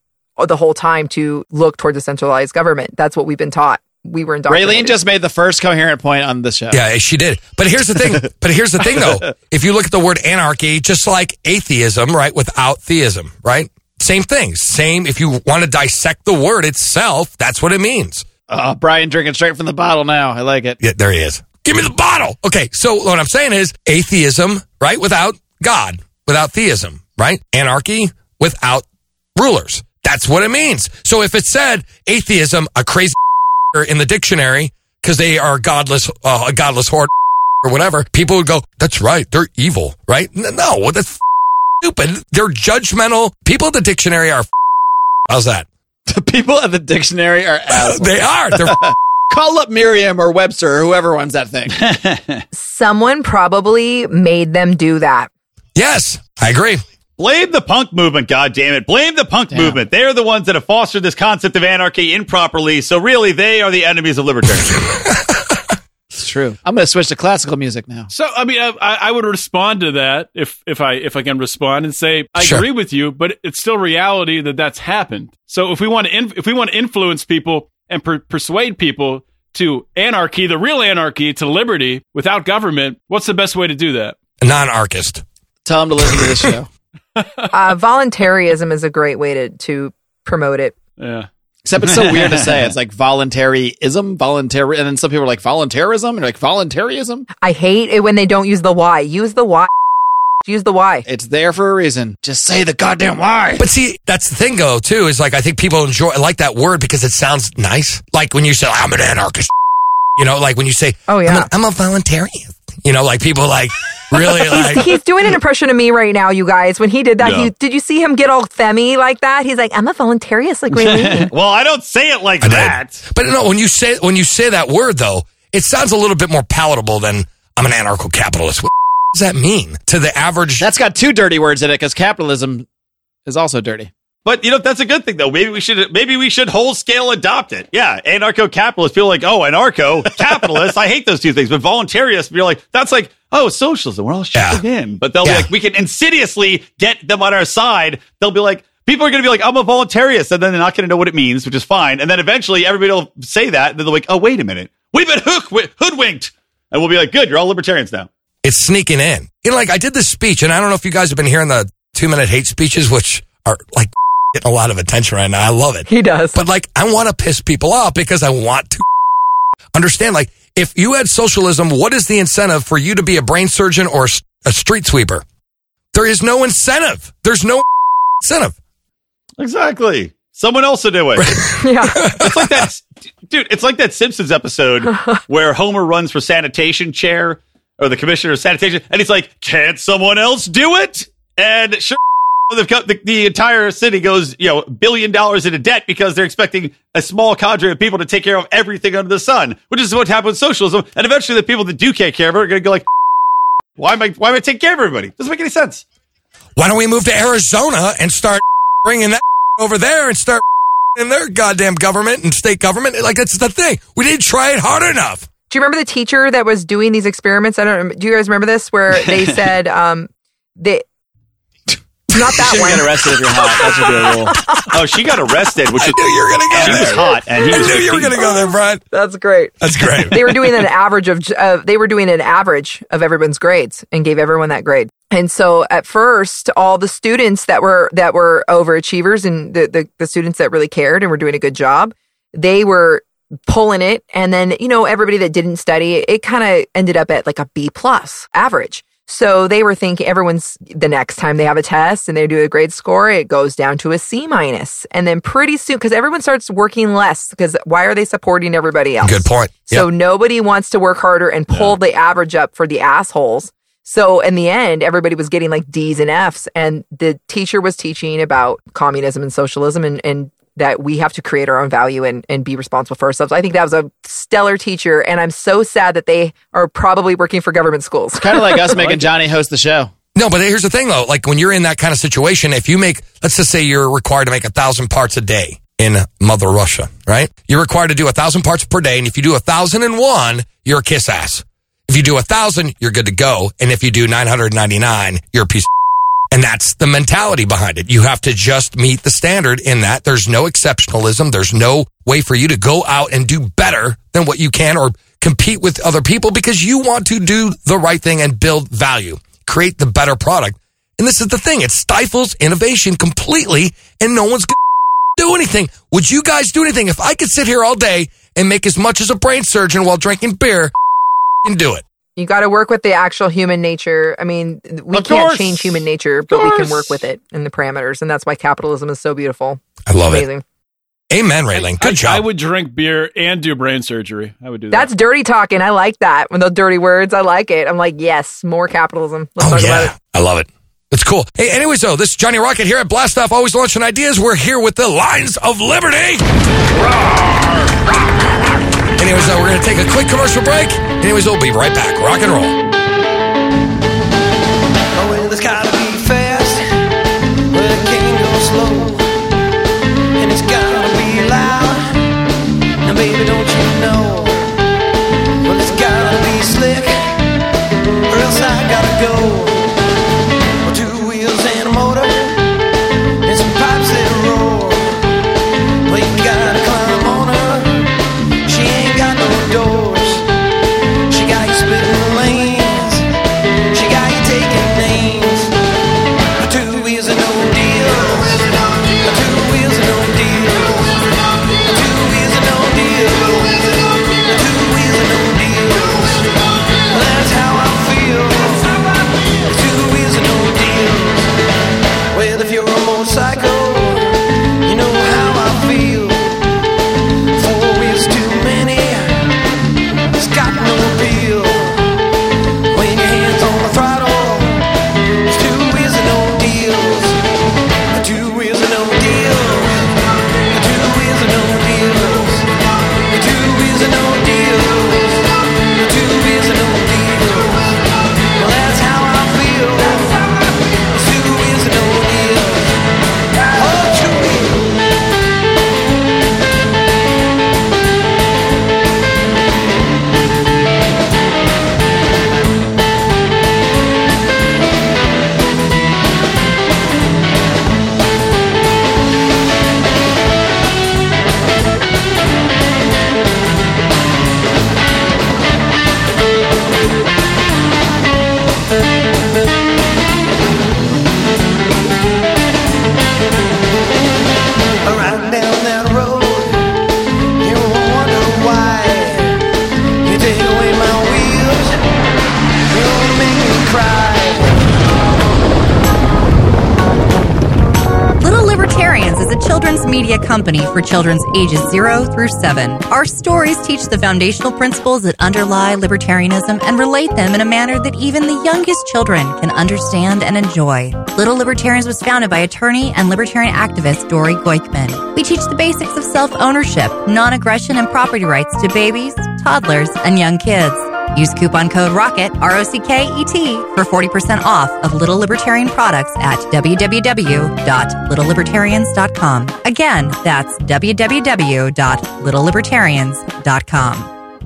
S3: the whole time to look towards a centralized government. That's what we've been taught. We were indoctrinated.
S2: Raylene just made the first coherent point on the show.
S1: Yeah, she did. But here's the thing. but here's the thing, though. If you look at the word anarchy, just like atheism, right? Without theism, right? Same thing. Same. If you want to dissect the word itself, that's what it means.
S2: Oh, Brian drinking straight from the bottle now. I like it.
S1: Yeah, there he is. Give me the bottle. Okay. So what I'm saying is atheism, right? Without God, without theism, right? Anarchy without rulers. That's what it means. So if it said atheism, a crazy in the dictionary, because they are godless, uh, a godless horde or whatever, people would go, that's right. They're evil, right? N- No, that's stupid. They're judgmental. People in the dictionary are. How's that?
S2: The people at the dictionary are out.
S1: They are. They're
S2: Call up Miriam or Webster or whoever runs that thing.
S3: someone probably made them do that.
S1: yes, I agree.
S7: Blame the punk movement, God damn it! Blame the punk movement. They're the ones that have fostered this concept of anarchy improperly. So really, they are the enemies of libertarianism.
S2: it's true. I'm going to switch to classical music now.
S6: So I mean, I, I I would respond to that if if I if I can respond and say I
S1: Sure.
S6: agree with you, but it's still reality that that's happened. So if we want to in, if we want to influence people and per- persuade people to anarchy, the real anarchy, to liberty without government, what's the best way to do that?
S1: Non anarchist.
S2: Tell them to listen to this show.
S3: Uh, voluntarism is a great way to, to promote it.
S6: Yeah.
S2: Except it's so weird to say. It's like voluntaryism, voluntary, and then some people are like voluntarism and like voluntarism.
S3: I hate it when they don't use the why. Use the why. Use the why.
S2: It's there for a reason. Just say the goddamn why.
S1: But see, that's the thing, though, too, is like I think people enjoy like that word because it sounds nice. Like when you say, I'm an anarchist, you know, like when you say,
S3: Oh, yeah.
S1: I'm, a, I'm a voluntarian, you know, like people like really like,
S3: He's doing an impression of me right now, you guys. When he did that, he, did you see him get all femmy like that? He's like, I'm a voluntarist, like really.
S7: well, I don't say it like
S1: I did.
S7: that.
S1: But no, when you say when you say that word though, it sounds a little bit more palatable than I'm an anarcho-capitalist. What does that mean to the average?
S2: That's got two dirty words in it because capitalism is also dirty.
S7: But you know that's a good thing though. Maybe we should maybe we should whole scale adopt it. Yeah, anarcho capitalist feel like oh anarcho capitalist. I hate those two things. But voluntarists be like that's like oh socialism. We're all shackled in. But they'll
S1: Yeah.
S7: be like we can insidiously get them on our side. They'll be like people are going to be like I'm a voluntarist, and then they're not going to know what it means, which is fine. And then eventually everybody will say that. And then they're like oh wait a minute, we've been hook- hoodwinked, and we'll be like good, you're all libertarians now.
S1: It's sneaking in. You know, like I did this speech, and I don't know if you guys have been hearing the two-minute hate speeches, which are like getting a lot of attention right now. I love it.
S3: he does.
S1: But like, I want to piss people off because I want to understand. Like, if you had socialism, what is the incentive for you to be a brain surgeon or s- a street sweeper? There is no incentive. There's no incentive.
S7: Exactly. Someone else will do it.
S3: yeah.
S7: it's like that, dude. It's like that Simpsons episode where Homer runs for sanitation chair or the commissioner of sanitation, and he's like, "Can't someone else do it?" And sure, the, the, the entire city goes, you know, billion dollars into debt because they're expecting a small cadre of people to take care of everything under the sun, which is what happened with socialism. And eventually, the people that do take care of it are going to go like, "Why am I? Why am I taking care of everybody? Doesn't make any sense."
S1: Why don't we move to Arizona and start bringing that over there and start in their goddamn government and state government? Like, that's the thing. We didn't try it hard enough.
S3: Do you remember the teacher that was doing these experiments? I don't. Do you guys remember this? Where they said, um, they not that
S2: Shouldn't get
S3: one.
S2: arrested if you're hot. That should be a rule.
S7: Oh, she got arrested, which
S1: I
S7: is
S1: knew you were going to go
S7: she was
S1: there.
S7: hot, and he
S1: I
S7: was
S1: knew you were going to go there, Brian.
S3: That's great.
S1: That's great.
S3: they were doing an average of uh, they were doing an average of everyone's grades and gave everyone that grade. And so at first, all the students that were that were overachievers and the the, the students that really cared and were doing a good job, they were pulling it. And then you know everybody that didn't study, it kind of ended up at like a B plus average. So they were thinking everyone's the next time they have a test and they do a grade score, it goes down to a C minus. And then pretty soon, because everyone starts working less, because why are they supporting everybody else?
S1: Good point.
S3: So nobody wants to work harder and pull the average up for the assholes. So in the end, everybody was getting like D's and F's, and the teacher was teaching about communism and socialism and, and that we have to create our own value and, and be responsible for ourselves. I think that was a stellar teacher, and I'm so sad that they are probably working for government schools.
S2: Kind of like us making Johnny host the show.
S1: No, but here's the thing though. Like when you're in that kind of situation, if you make, let's just say you're required to make a thousand parts a day in Mother Russia, right? You're required to do a thousand parts per day. And if you do a thousand and one, you're a kiss ass. If you do a thousand, you're good to go. And if you do 999, you're a piece of and that's the mentality behind it. You have to just meet the standard in that there's no exceptionalism. There's no way for you to go out and do better than what you can or compete with other people because you want to do the right thing and build value, create the better product. And this is the thing. It stifles innovation completely and no one's going to do anything. Would you guys do anything? If I could sit here all day and make as much as a brain surgeon while drinking beer and do it.
S3: You got to work with the actual human nature. I mean, we
S7: Of
S3: can't
S7: course.
S3: change human nature, but we can
S7: course.
S3: work with it in the parameters, and that's why capitalism is so beautiful.
S1: I love it.
S3: Amazing.
S1: Amen, Raylan. Good
S6: I,
S1: job.
S6: I would drink beer and do brain surgery. I would do that.
S3: That's dirty talking. I like that. When those dirty words, I like it. I'm like, yes, more capitalism. Let's
S1: Oh
S3: talk
S1: yeah,
S3: about it.
S1: I love it. It's cool. Hey, anyways, though, this is Johnny Rocket here at Blast Off, always launching ideas. We're here with the Lines of Liberty. Anyways, though, we're going to take a quick commercial break. Anyways, we'll be right back. Rock and roll.
S5: Oh, well, it's gotta be fast. Well, it can't go slow. And it's gotta be loud. Now, baby, don't you know? Well, it's gotta be slick. Or else I gotta go. Well, two wheels and a motor. And some pipes that roar. Well, you gotta climb on her. She ain't got no doors. She got you splitting the lanes. She got you taking names. Two wheels and no deals. Two wheels and no deals. Two wheels and no deals. Two wheels and no deals. That's how I feel. Two wheels and no deals. Well, if you're a motorcycle, you know how I feel. Four wheels too many. It's got no appeal. When your hands on the throttle, it's two wheels and no deals. Two wheels and no deals. Two wheels and no deals. Two wheels and no deals. Two wheels and no deals. Well, that's how I feel. Two wheels and no deals. Oh, two wheels. Around down that road, you wonder why you take away my wheels. You make me cry.
S9: Little Libertarians is a children's media company for children's ages 0 through 7. Our stories teach the foundational principles that underlie libertarianism and relate them in a manner that even the youngest children can understand and enjoy. Little Libertarians was founded by attorney and libertarian activist Dory Goikman. We teach the basics of self-ownership, non-aggression, and property rights to babies, toddlers, and young kids. Use coupon code ROCKET, R O C K E T, for 40% off of Little Libertarian products at www.littlelibertarians.com. Again, that's www.littlelibertarians.com.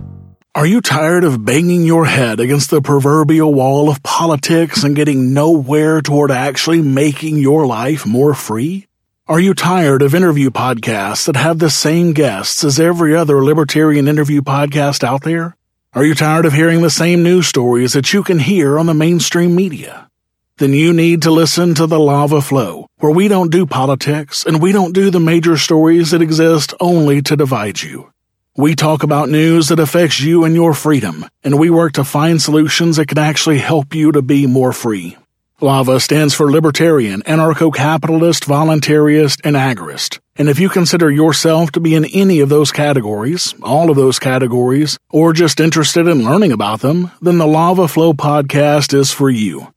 S10: Are you tired of banging your head against the proverbial wall of politics and getting nowhere toward actually making your life more free? Are you tired of interview podcasts that have the same guests as every other libertarian interview podcast out there? Are you tired of hearing the same news stories that you can hear on the mainstream media? Then you need to listen to The Lava Flow, where we don't do politics and we don't do the major stories that exist only to divide you. We talk about news that affects you and your freedom, and we work to find solutions that can actually help you to be more free. LAVA stands for Libertarian, Anarcho Capitalist, Voluntarist, and Agorist. And if you consider yourself to be in any of those categories, all of those categories, or just interested in learning about them, then the Lava Flow podcast is for you.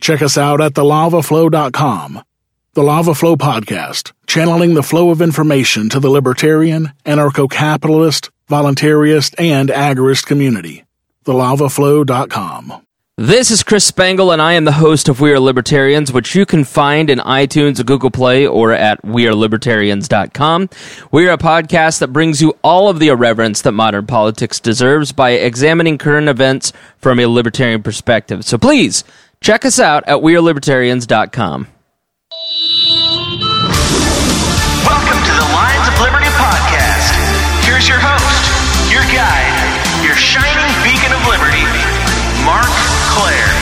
S10: Check us out at thelavaflow.com. The Lava Flow Podcast, channeling the flow of information to the libertarian, anarcho capitalist, voluntarist, and agorist community. TheLavaFlow.com.
S11: This is Chris Spangle, and I am the host of We Are Libertarians, which you can find in iTunes, Google Play, or at WeareLibertarians.com. We are a podcast that brings you all of the irreverence that modern politics deserves by examining current events from a libertarian perspective. So please check us out at WeareLibertarians.com.
S5: Welcome to the Lines of Liberty podcast. Here's your host, your guide, your shining beacon of liberty, Mark Claire.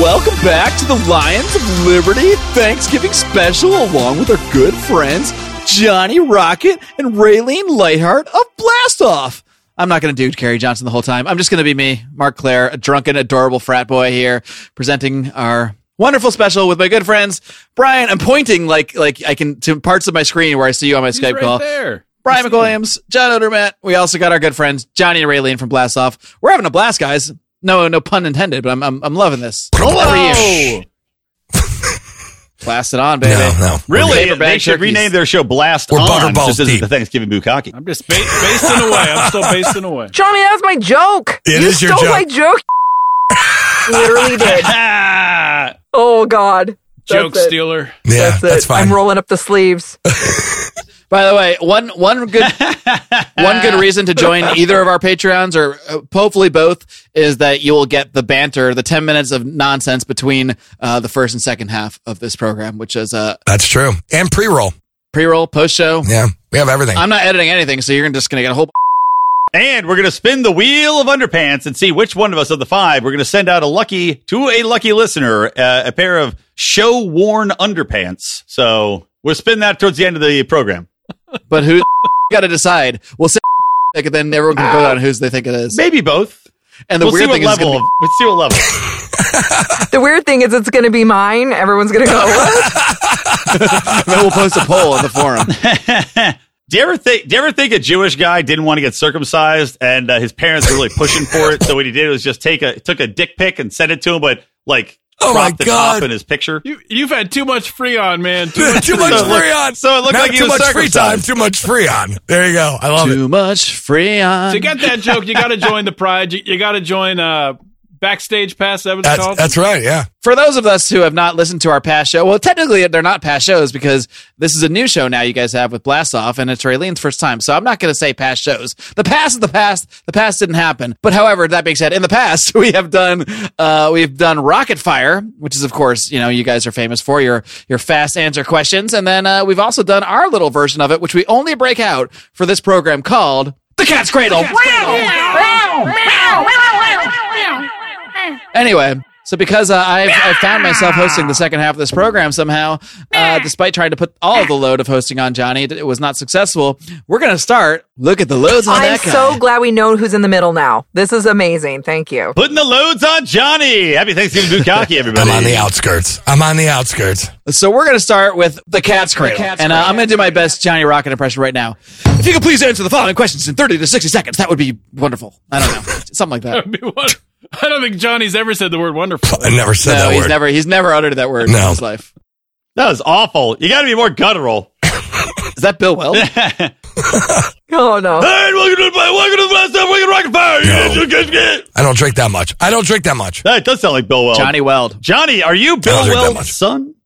S2: Welcome back to the Lions of Liberty Thanksgiving special, along with our good friends Johnny Rocket and Raylene Lightheart of Blast Off. I'm not going to do Carrie Johnson the whole time. I'm just going to be me, Mark Claire, a drunken, adorable frat boy here, presenting our wonderful special with my good friends Brian. I'm pointing like like I can to parts of my screen where I see you on my Skype
S6: right
S2: call.
S6: there.
S2: Brian McWilliams, John Odermatt. We also got our good friends Johnny and Raylene from Blast Off. We're having a blast, guys. No, no pun intended, but I'm I'm, I'm loving this. Over to you. blast it on, baby.
S1: No, no.
S7: Really?
S2: Paper bag
S7: They should
S2: turkeys.
S7: rename their show Blast
S1: We're
S7: On
S1: butterballs
S7: since this is
S1: deep.
S7: the Thanksgiving bukkake.
S6: I'm just ba- basting away. I'm still basting away.
S3: Johnny, that was my joke.
S1: It
S3: you
S1: is your
S3: stole
S1: joke.
S3: my joke. Literally did.
S6: Ah,
S3: Oh God. That's
S6: joke
S3: it.
S6: stealer.
S1: Yeah,
S3: That's
S1: that's,
S3: it.
S1: fine.
S3: I'm rolling up the sleeves.
S2: By the way, one one good one good reason to join either of our Patreons or uh, hopefully both is that you will get the banter, the 10 minutes of nonsense between uh, the first and second half of this program, which is uh,
S1: that's true. And pre roll.
S2: pre-roll, post-show.
S1: Yeah, we have everything.
S2: I'm not editing anything, so you're just going to get a whole
S7: And we're going to spin the wheel of underpants and see which one of us of the five we're going to send out a lucky to a lucky listener uh, a pair of show worn underpants. So we'll spin that towards the end of the program.
S2: But who got to decide? We'll say and then everyone can vote on whose they think it is.
S7: Maybe both.
S2: And the
S7: we'll see
S2: weird
S7: what
S2: thing is, it's
S7: level.
S2: gonna be-
S7: Let's see what level.
S3: The weird thing is, it's going to be mine. Everyone's going to go. What?
S2: then we'll post a poll on the forum.
S7: Do you ever think? Do you ever think a Jewish guy didn't want to get circumcised, and uh, his parents were really pushing for it? So what he did was just take a took a dick pic and send it to him, but like
S1: Oh my
S7: crop the top
S1: God.
S7: in his picture.
S6: You, you've had too much Freon, man. Too much
S1: too much
S7: So it looked-
S1: Freon.
S7: so it looked
S1: Not
S7: like he
S1: too
S7: was
S1: much free time.
S7: circumcised.
S1: Too much Freon. There you go. I love it.
S2: Too much Freon.
S6: to get that joke, you got to join the Pride. You, you got to join uh, Backstage Pass. That was
S1: That's,
S6: called.
S1: that's right. Yeah.
S2: For those of us who have not listened to our past show, well, technically they're not past shows because this is a new show now you guys have with Blast Off, and it's Raylene's first time. So I'm not going to say past shows. The past is the past. The past didn't happen. But however, that being said, in the past we have done uh, we've done Rocket Fire, which is of course you know you guys are famous for your your fast answer questions, and then uh, we've also done our little version of it, which we only break out for this program called The Cat's Cradle. Anyway, so because uh, I've, I've found myself hosting the second half of this program somehow, uh, despite trying to put all of the load of hosting on Johnny, it it was not successful. We're going to start. Look at the loads on
S3: I'm
S2: that guy.
S3: so glad we know who's in the middle now. This is amazing. Thank you.
S7: Putting the loads on Johnny. Happy Thanksgiving, Bukaki, everybody.
S1: I'm on the outskirts. I'm on the outskirts.
S2: So we're going to start with the cat's cradle. and uh, I'm going to do my best Johnny Rocket impression right now. If you could please answer the following questions in 30 to 60 seconds, that would be wonderful. I don't know. Something like that.
S6: Be one- I don't think Johnny's ever said the word wonderful.
S1: I never said
S2: No,
S1: that
S2: he's
S1: word.
S2: never he's never uttered that word in
S1: No.
S2: his life.
S7: That was awful. You got to be more guttural.
S2: Is that Bill Weld?
S3: Oh no.
S7: Hey, welcome to the welcome to the blast off. Welcome to Rocket Fire.
S1: I don't drink that much. I don't drink that much.
S7: That does sound like Bill Weld.
S2: Johnny Weld.
S7: Johnny, are you Bill
S1: don't drink that
S7: Weld's
S1: much.
S7: son?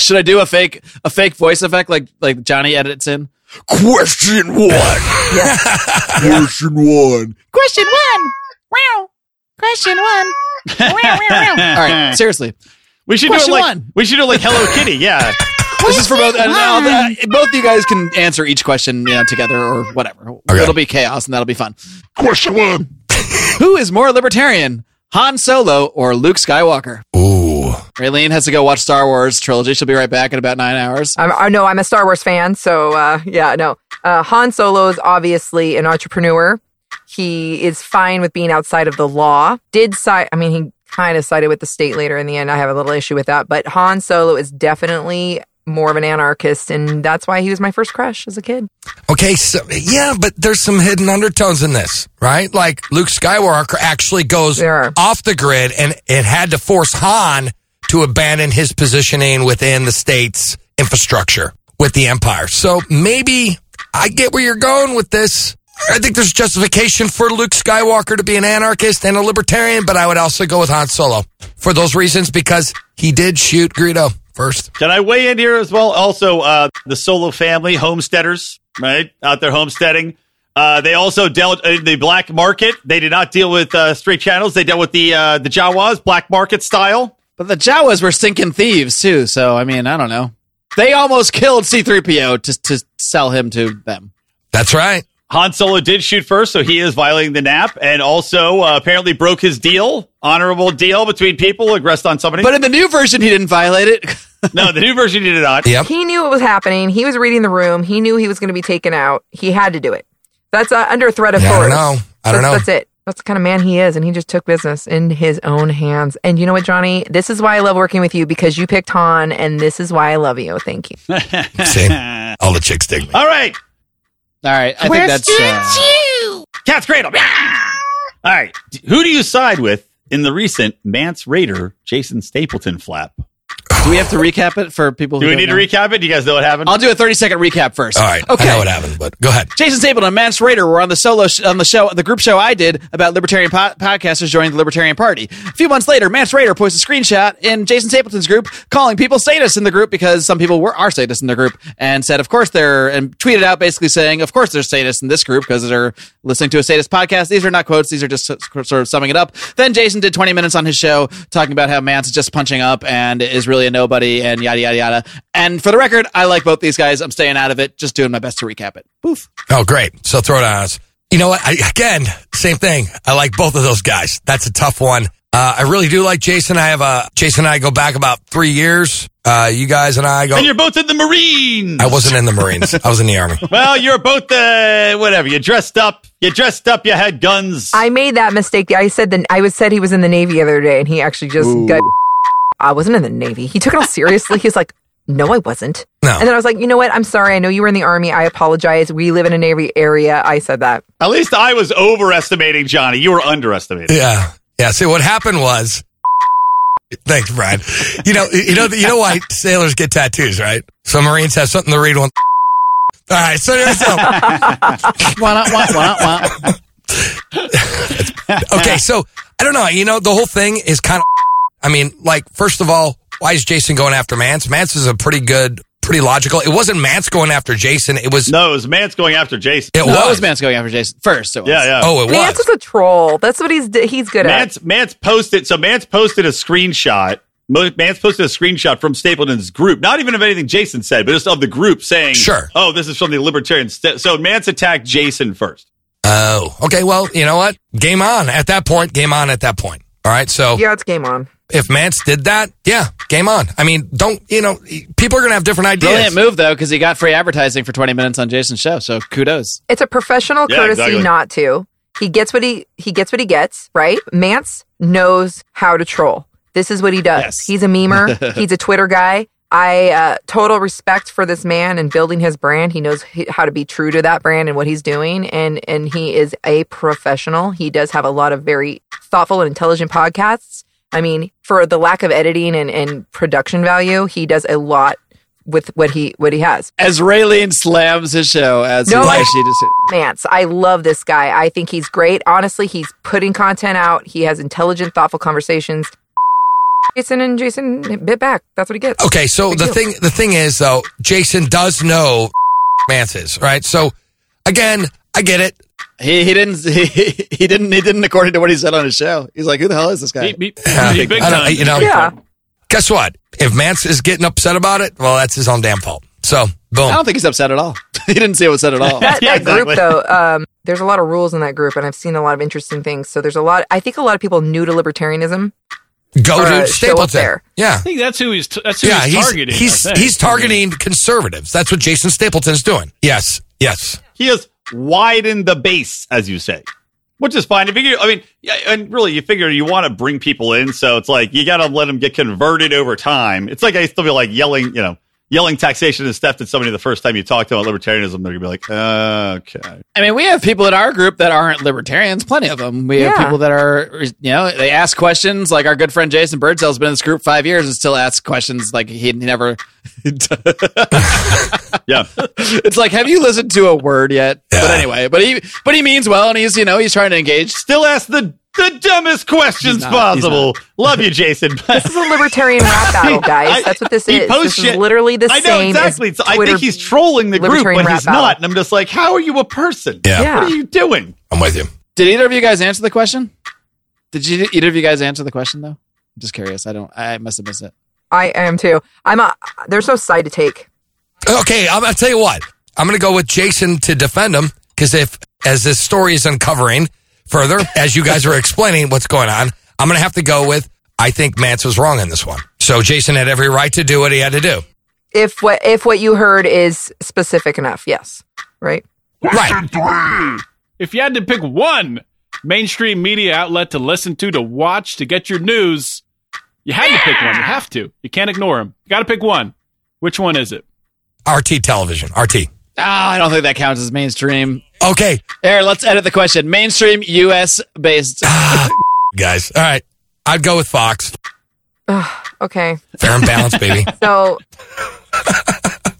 S2: Should I do a fake a fake voice effect like like Johnny edits in?
S1: Question one. Question one.
S2: Question one. Wow. Question one. All right, seriously.
S7: We should
S2: Question
S7: do it like
S2: one.
S7: we should do it like Hello Kitty. Yeah,
S2: This is for both. And now, uh, both of you guys can answer each question, you know, together or whatever.
S1: Okay.
S2: It'll be chaos, and that'll be fun. Question one: Who is more libertarian, Han Solo or Luke Skywalker?
S1: Ooh.
S2: Raylene has to go watch Star Wars trilogy. She'll be right back in about nine hours.
S3: I'm, I know I'm a Star Wars fan, so uh, yeah, no. Uh, Han Solo is obviously an entrepreneur. He is fine with being outside of the law. Did side? I mean, he kind of sided with the state later in the end. I have a little issue with that, but Han Solo is definitely more of an anarchist, and that's why he was my first crush as a kid.
S1: Okay, so yeah, but there's some hidden undertones in this, right? Like Luke Skywalker actually goes
S3: There are.
S1: off the grid and it had to force Han to abandon his positioning within the state's infrastructure with the empire. So maybe I get where you're going with this. I think there's justification for Luke Skywalker to be an anarchist and a libertarian, but I would also go with Han Solo for those reasons because he did shoot Greedo first.
S7: Can I weigh in here as well? Also, uh, the Solo family, homesteaders, right? Out there homesteading. Uh, they also dealt in the black market. They did not deal with uh, straight channels. They dealt with the uh, the Jawas, black market style.
S2: But the Jawas were sinking thieves too, so I mean, I don't know. They almost killed C3PO to to sell him to them.
S1: That's right.
S7: Han Solo did shoot first, so he is violating the nap, and also uh, apparently broke his deal, honorable deal between people, aggressed on somebody.
S2: But in the new version, he didn't violate it.
S7: no, the new version he did not.
S1: Yep.
S3: He knew it was happening. He was reading the room. He knew he was going to be taken out. He had to do it. That's uh, under threat of
S1: Yeah, I
S3: force.
S1: don't know. I
S3: that's,
S1: don't know.
S3: That's it. That's the kind of man he is, and he just took business in his own hands. And you know what, Johnny? This is why I love working with you because you picked Han, and this is why I love you. Thank you.
S1: See, all the chicks dig me.
S7: All right,
S2: All right, I think that's uh,
S7: Cat's Cradle. Yeah! All right, D- who do you side with in the recent Mance Raider Jason Stapleton flap?
S2: Do we have to recap it for people who
S7: Do we
S2: don't
S7: need to
S2: know?
S7: recap it? Do you guys know what happened?
S2: I'll do a 30 second recap first.
S1: All right.
S2: Okay.
S1: I know what happened, but go ahead.
S2: Jason Stapleton and Mance Raider were on the solo sh- on the show the group show I did about libertarian po- podcasters joining the Libertarian Party. A few months later, Mance Raider posts a screenshot in Jason Stapleton's group calling people sadists in the group because some people were are sadists in the group and said, of course they're and tweeted out basically saying, of course there's sadists in this group because they're listening to a sadist podcast. These are not quotes; these are just s- sort of summing it up. Then Jason did 20 minutes on his show talking about how Mance is just punching up and is really a nobody and yada yada yada. And for the record, I like both these guys. I'm staying out of it, just doing my best to recap it. Poof.
S1: Oh, great. So throw it on us. You know what? I, again, same thing. I like both of those guys. That's a tough one. Uh, I really do like Jason. I have a Jason and I go back about three years. Uh, you guys and I go.
S7: and you're both in the Marines.
S1: I wasn't in the Marines. I was in the Army.
S7: Well, you're both uh, whatever. You dressed up. You dressed up. You had guns.
S3: I made that mistake. I said that I was said he was in the Navy the other day, and he actually just got. I wasn't in the Navy. He took it all seriously. He's like, "No, I wasn't."
S1: No.
S3: And then I was like, "You know what? I'm sorry. I know you were in the Army. I apologize. We live in a Navy area." I said that.
S7: At least I was overestimating Johnny. You were underestimating.
S1: Yeah. Yeah. See, what happened was. Thanks, Brian. You know, you know, you know why sailors get tattoos, right? So Marines have something to read on. All right. So, so
S2: Wah, nah, wah, wah, wah.
S1: okay, so I don't know. You know, the whole thing is kind of. I mean, like, first of all, why is Jason going after Mance? Mance is a pretty good, pretty logical. It wasn't Mance going after Jason. It was.
S7: No, it was Mance going after Jason.
S1: it
S2: No, that
S1: was.
S2: was Mance going after Jason first. It was.
S7: Yeah, yeah.
S1: Oh, it
S3: Mance
S1: was.
S3: is a troll. That's what he's he's good at.
S7: Mance, Mance posted. So Mance posted a screenshot. Mo- Mance posted a screenshot from Stapleton's group, not even of anything Jason said, but just of the group saying,
S1: Sure.
S7: oh, this is from the Libertarians." Sta- So Mance attacked Jason first.
S1: Oh, okay. Well, you know what? Game on at that point. Game on at that point. All right. So
S3: Yeah, it's game on.
S1: if Mance did that, yeah, game on. I mean, don't you know? People are gonna have different ideas.
S2: Brilliant move though, because he got free advertising for 20 minutes on Jason's show. So kudos.
S3: It's a professional
S7: Yeah,
S3: courtesy
S7: exactly.
S3: not to. He gets what he he gets what he gets, right? Mance knows how to troll. This is what he does.
S2: Yes.
S3: He's a memer. he's a Twitter guy. I uh, total respect for this man and building his brand. He knows h- how to be true to that brand and what he's doing, and and he is a professional. He does have a lot of very thoughtful and intelligent podcasts. I mean, for the lack of editing and, and production value, he does a lot with what he what he has.
S2: As Raylene slams his show as
S3: No,
S2: why
S3: I-
S2: she just
S3: Mance. I love this guy. I think he's great. Honestly, he's putting content out. He has intelligent, thoughtful conversations. Jason and Jason bit back. That's what he gets.
S1: Okay, so
S3: Big
S1: the
S3: deal.
S1: thing the thing is though, Jason does know Mance is right. So again, I get it.
S2: he, he didn't he, he didn't he didn't according to what he said on his show. He's like, who the hell is this guy?
S6: He- he-
S1: Yeah.
S6: he big
S1: Uh, I don't-
S6: time.
S1: you know-
S3: Yeah.
S1: guess what? If Mance is getting upset about it, well, that's his own damn fault. So,
S3: Oh,
S1: boom.
S2: I don't think he's upset at all. he didn't see what's said at all.
S3: That,
S7: Yeah,
S3: that group
S7: exactly.
S3: though, um, there's a lot of rules in that group and I've seen a lot of interesting things. So there's a lot I think a lot of people new to libertarianism.
S1: Go
S3: or,
S1: to
S3: uh, show up
S1: Stapleton.
S3: there.
S1: Yeah.
S6: I think that's who he's. T- that's who
S1: Yeah,
S6: he's,
S1: he's
S6: targeting. I
S1: he's
S6: think.
S1: he's targeting conservatives. That's what Jason Stapleton's doing. Yes. Yes.
S7: He has widened the base, as you say, which is fine. If you, I mean, yeah, and really, you figure you want to bring people in, so it's like you got to let them get converted over time. It's like I still be like yelling, you know, yelling taxation is theft at somebody the first time you talk to them about libertarianism, they're gonna be like, uh, okay.
S2: I mean, we have people in our group that aren't libertarians, plenty of them. We have
S3: Yeah.
S2: people that are, you know, they ask questions. Like our good friend Jason Birdsell's been in this group five years and still asks questions like he never.
S7: Yeah.
S2: it's like, have you listened to a word yet? But
S1: Yeah.
S2: anyway, but he but he means well, and he's you know he's trying to engage.
S7: Still ask the the dumbest questions
S2: not.
S7: possible. Love you, Jason. But
S3: This is a libertarian rap battle, guys.
S7: I-
S3: That's what this
S7: he
S3: is.
S7: posts
S3: This is
S7: shit.
S3: literally the
S7: I know
S3: same
S7: exactly.
S3: as
S7: So I
S3: Twitter.
S7: think he's trolling the group,
S3: libertarian
S7: but
S3: rap
S7: he's
S3: battle.
S7: not. And I'm just like, how are you a person?
S1: Yeah.
S3: Yeah.
S7: What are you doing?
S1: I'm with you.
S2: Did either of you guys answer the question? Did you either of you guys answer the question though? I'm just curious. I don't. I must have missed it.
S3: I am too. I'm a. There's no side to take.
S1: Okay, I'm, I'll tell you what. I'm going to go with Jason to defend him because if, as this story is uncovering further, as you guys are explaining what's going on, I'm going to have to go with I think Mance was wrong in this one. So Jason had every right to do what he had to do.
S3: If what if what you heard is specific enough, yes, right.
S1: Right.
S6: If you had to pick one mainstream media outlet to listen to, to watch, to get your news, you had to pick one. You have to. You can't ignore them. You got to pick one. Which one is it?
S1: RT television. RT.
S2: Ah, I don't think that counts as mainstream.
S1: Okay,
S2: Here, let's edit the question. Mainstream U.S. based.
S1: guys. All right. I'd go with Fox.
S3: Okay,
S1: Fair and balanced, baby.
S3: so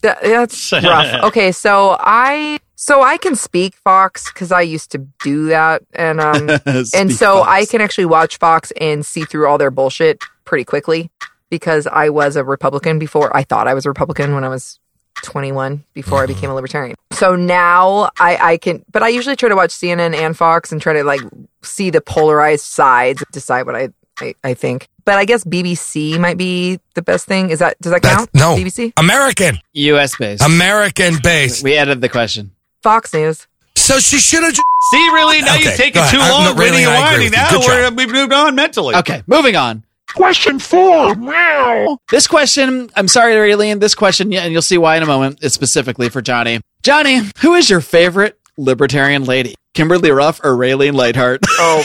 S3: Th- that's rough. Okay, so I so I can speak Fox because I used to do that, and um, and so I can actually watch Fox and see through all their bullshit pretty quickly because I was a Republican before. I thought I was a Republican when I was 21 before
S1: Mm-hmm.
S3: I became a libertarian. So now I, I can, but I usually try to watch CNN and Fox and try to like see the polarized sides, decide what I, I, I think. But I guess BBC might be the best thing. Is that, does that
S1: That's,
S3: count?
S1: no.
S3: BBC?
S1: American.
S2: U.S. based.
S1: American based.
S2: we edited the question.
S3: Fox News.
S1: So she should have.
S7: See, really, now
S1: Okay,
S7: you've
S1: go
S7: taken
S1: ahead.
S7: too
S1: I'm
S7: long
S1: not really-
S7: winning and
S1: I agree
S7: whining.
S1: with you.
S7: Now
S1: Good job.
S7: we're, we've moved on mentally.
S2: Okay, moving on.
S5: Question four. Wow.
S2: This question, I'm sorry, Raylene, this question, yeah, and you'll see why in a moment, is specifically for Johnny. Johnny, who is your favorite libertarian lady? Kimberly Ruff or Raylene Lightheart?
S3: Oh,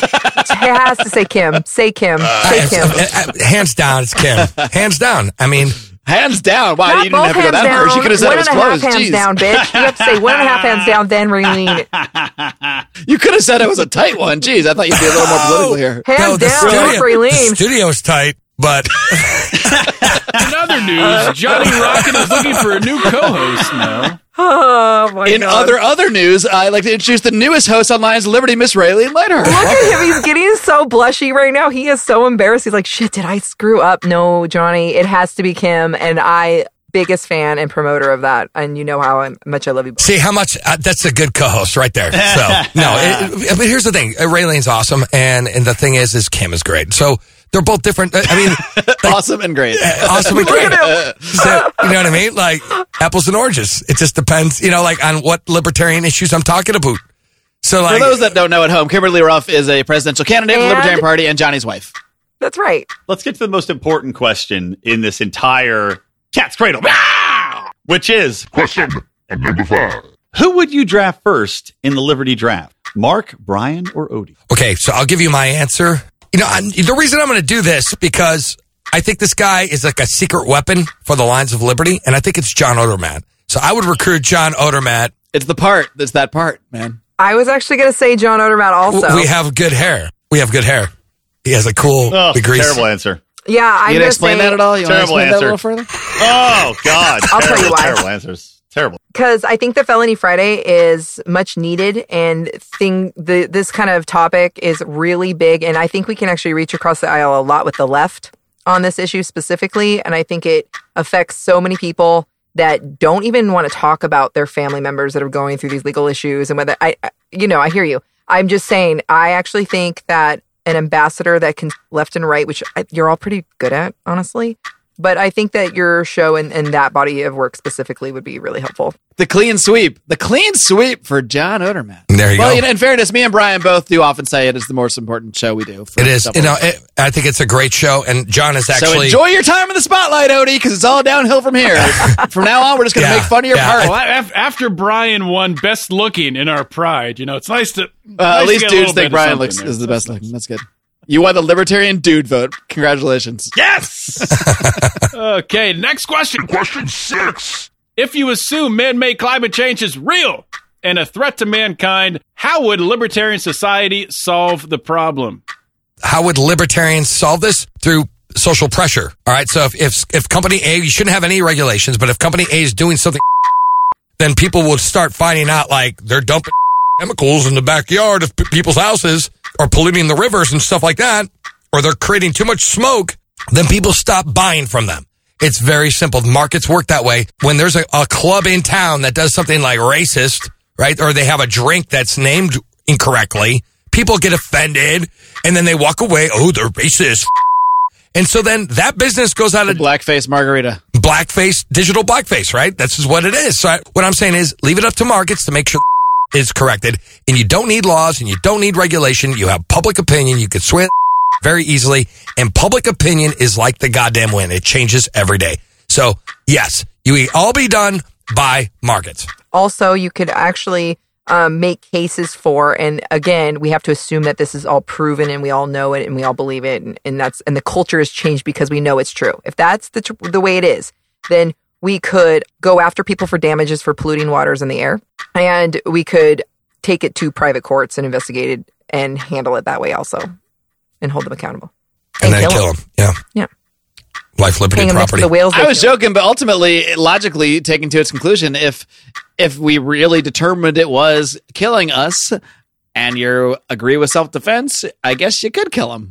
S3: it has to say Kim. Say Kim. Say
S1: Uh,
S3: Kim.
S1: uh, uh, hands down, it's Kim. hands down. I mean,
S2: hands down. Wow,
S3: Not
S2: you didn't
S3: both
S2: have to go
S3: hands
S2: that
S3: down.
S2: far. You could have said
S3: one
S2: it was
S3: and a half
S2: close.
S3: hands
S2: Jeez.
S3: down, bitch. You have to say one and a half hands down, then Raylene.
S2: You could have said it was a tight one. Jeez, I thought you'd be a little more political here.
S3: Hands
S1: no, the
S3: down, not
S1: studio, the
S3: Raylene.
S1: studio's tight, but
S6: In other news, Johnny Rocket is looking for a new co-host now.
S3: Oh my
S2: In
S3: god.
S2: other other news, I'd like to introduce the newest host on Lions Liberty, Miss Raylene Lightheart.
S3: Look at him. He's getting so blushy right now. He is so embarrassed. He's like, shit, did I screw up? No, Johnny, it has to be Kim. And I, biggest fan and promoter of that. And you know how I'm- much I love you. both.
S1: see how much uh, that's a good co-host right there. So no, it, it- but here's the thing: uh, Raylene's awesome, and and the thing is, is Kim is great. So they're both different. Uh, I mean,
S2: awesome and great.
S1: awesome and great. So, you know what I mean? Like apples and oranges. It just depends, you know, like on what libertarian issues I'm talking about. So
S2: For
S1: like,
S2: those that don't know at home, Kimberly Ruff is a presidential candidate for the
S3: And-
S2: Libertarian Party and Johnny's wife.
S3: That's right.
S7: Let's get to the most important question in this entire cat's cradle, which is
S8: Question number five.
S7: who would you draft first in the Liberty draft? Mark, Brian, or Odie?
S1: Okay, so I'll give you my answer. You know, I, the reason I'm going to do this because I think this guy is like a secret weapon for the lines of liberty, and I think it's John Odermatt. So I would recruit John Odermatt.
S2: It's the part. It's that part, man.
S3: I was actually going to say John Odermatt
S1: W-
S3: also.
S1: We have good hair. We have good hair. He has a cool
S7: Oh,
S1: degrees.
S7: terrible answer.
S3: yeah, I'm going
S2: You gonna
S3: to
S2: explain
S3: say,
S2: that at all? You want to
S7: Terrible
S2: explain that a little
S7: answer.
S2: further?
S7: Oh, God.
S3: I'll tell
S7: terrible,
S3: you why.
S7: Terrible answers. Terrible.
S3: because I think the Felony Friday is much needed, and thing the this kind of topic is really big, and I think we can actually reach across the aisle a lot with the left on this issue specifically, and I think it affects so many people that don't even want to talk about their family members that are going through these legal issues and whether I, I you know, I hear you. I'm just saying, I actually think that an ambassador that can left and right, which I, you're all pretty good at, honestly. But I think that your show and, and that body of work specifically would be really helpful.
S2: The clean sweep. The clean sweep for John Odermatt.
S1: There you
S2: well,
S1: go.
S2: you know, in fairness, me and Brian both do often say it is the most important show we do. for
S1: it is.
S2: several
S1: You know,
S2: years.
S1: it, I think it's a great show, and John is
S2: so
S1: actually.
S2: enjoy your time in the spotlight, Odie, because it's all downhill from here. from now on, we're just going to
S1: Yeah,
S2: make fun of your
S1: yeah.
S2: part.
S6: Well, a- af- after Brian won Best Looking in our Pride, you know, it's nice to.
S2: Uh,
S6: nice
S2: at
S6: to
S2: least
S6: get a
S2: dudes
S6: little bit
S2: think
S6: of
S2: Brian
S6: something
S2: looks
S6: there.
S2: is the best looking. That's good. You won the libertarian dude vote. Congratulations.
S7: Yes.
S6: Okay, next question. Question six. If you assume man made climate change is real and a threat to mankind, how would libertarian society solve the problem?
S1: how would libertarians solve this through social pressure all right so if if, if company a you shouldn't have any regulations but if company a is doing something then people will start finding out like they're dumping chemicals in the backyard of p- people's houses or polluting the rivers and stuff like that or they're creating too much smoke then people stop buying from them it's very simple the markets work that way when there's a, a club in town that does something like racist right or they have a drink that's named incorrectly people get offended and then they walk away oh they're racist and so then that business goes out of
S2: Blackface margarita.
S1: blackface, digital blackface, right? This is what it is. So I, what I'm saying is leave it up to markets to make sure is corrected. And you don't need laws and you don't need regulation. You have public opinion. You can sway very easily. And public opinion is like the goddamn wind. It changes every day. So yes, you all be done by markets.
S3: also you could actually um, make cases for and again we have to assume that this is all proven and we all know it and we all believe it and, and that's and the culture has changed because we know it's true if that's the, tr- the way it is then we could go after people for damages for polluting waters in the air and we could take it to private courts and investigate it and handle it that way also and hold them accountable
S1: And,
S3: And
S1: then
S3: kill
S1: kill them. Yeah.
S3: Yeah.
S1: Life, liberty,
S3: hang them next to
S1: property.
S3: the whales they
S2: I was
S3: kill.
S2: joking, but ultimately, logically, taken to its conclusion, if if we really determined it was killing us, and you agree with self defense, I guess you could kill him.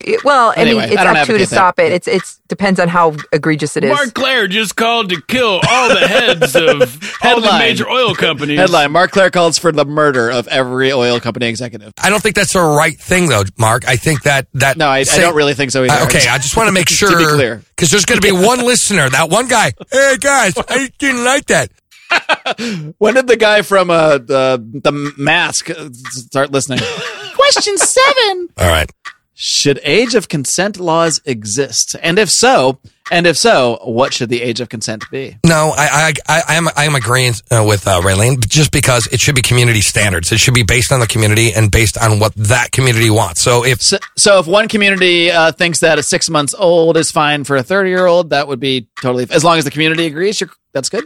S3: It- well i
S2: Anyway,
S3: mean it's
S2: I don't
S3: up to you to
S2: advocate that.
S3: stop it it's it's depends on how egregious it is
S6: Mark Claire just called to kill all the heads of all the
S2: Headline.
S6: major oil companies.
S2: Headline: Mark Claire calls for the murder of every oil company executive.
S1: I don't think that's the right thing though, Mark. I think that, that,
S2: No, I, I
S1: say-
S2: don't really think so either.
S1: Uh, okay, I just want to make
S2: To
S1: sure.
S2: be clear.
S1: Because there's going to be one listener, that one guy. Hey, guys, I didn't like that.
S2: When did the guy from uh, the the mask uh, start listening? Question seven:
S1: All right.
S2: Should age of consent laws exist? And if so, and if so, what should the age of consent be?
S1: No, I, I, I, I am, I am agreeing uh, with uh, Raylene just because it should be community standards. It should be based on the community and based on what that community wants. So if
S2: So, so if one community uh, thinks that a six months old is fine for a 30 year old, that would be totally, as long as the community agrees, you're, that's good.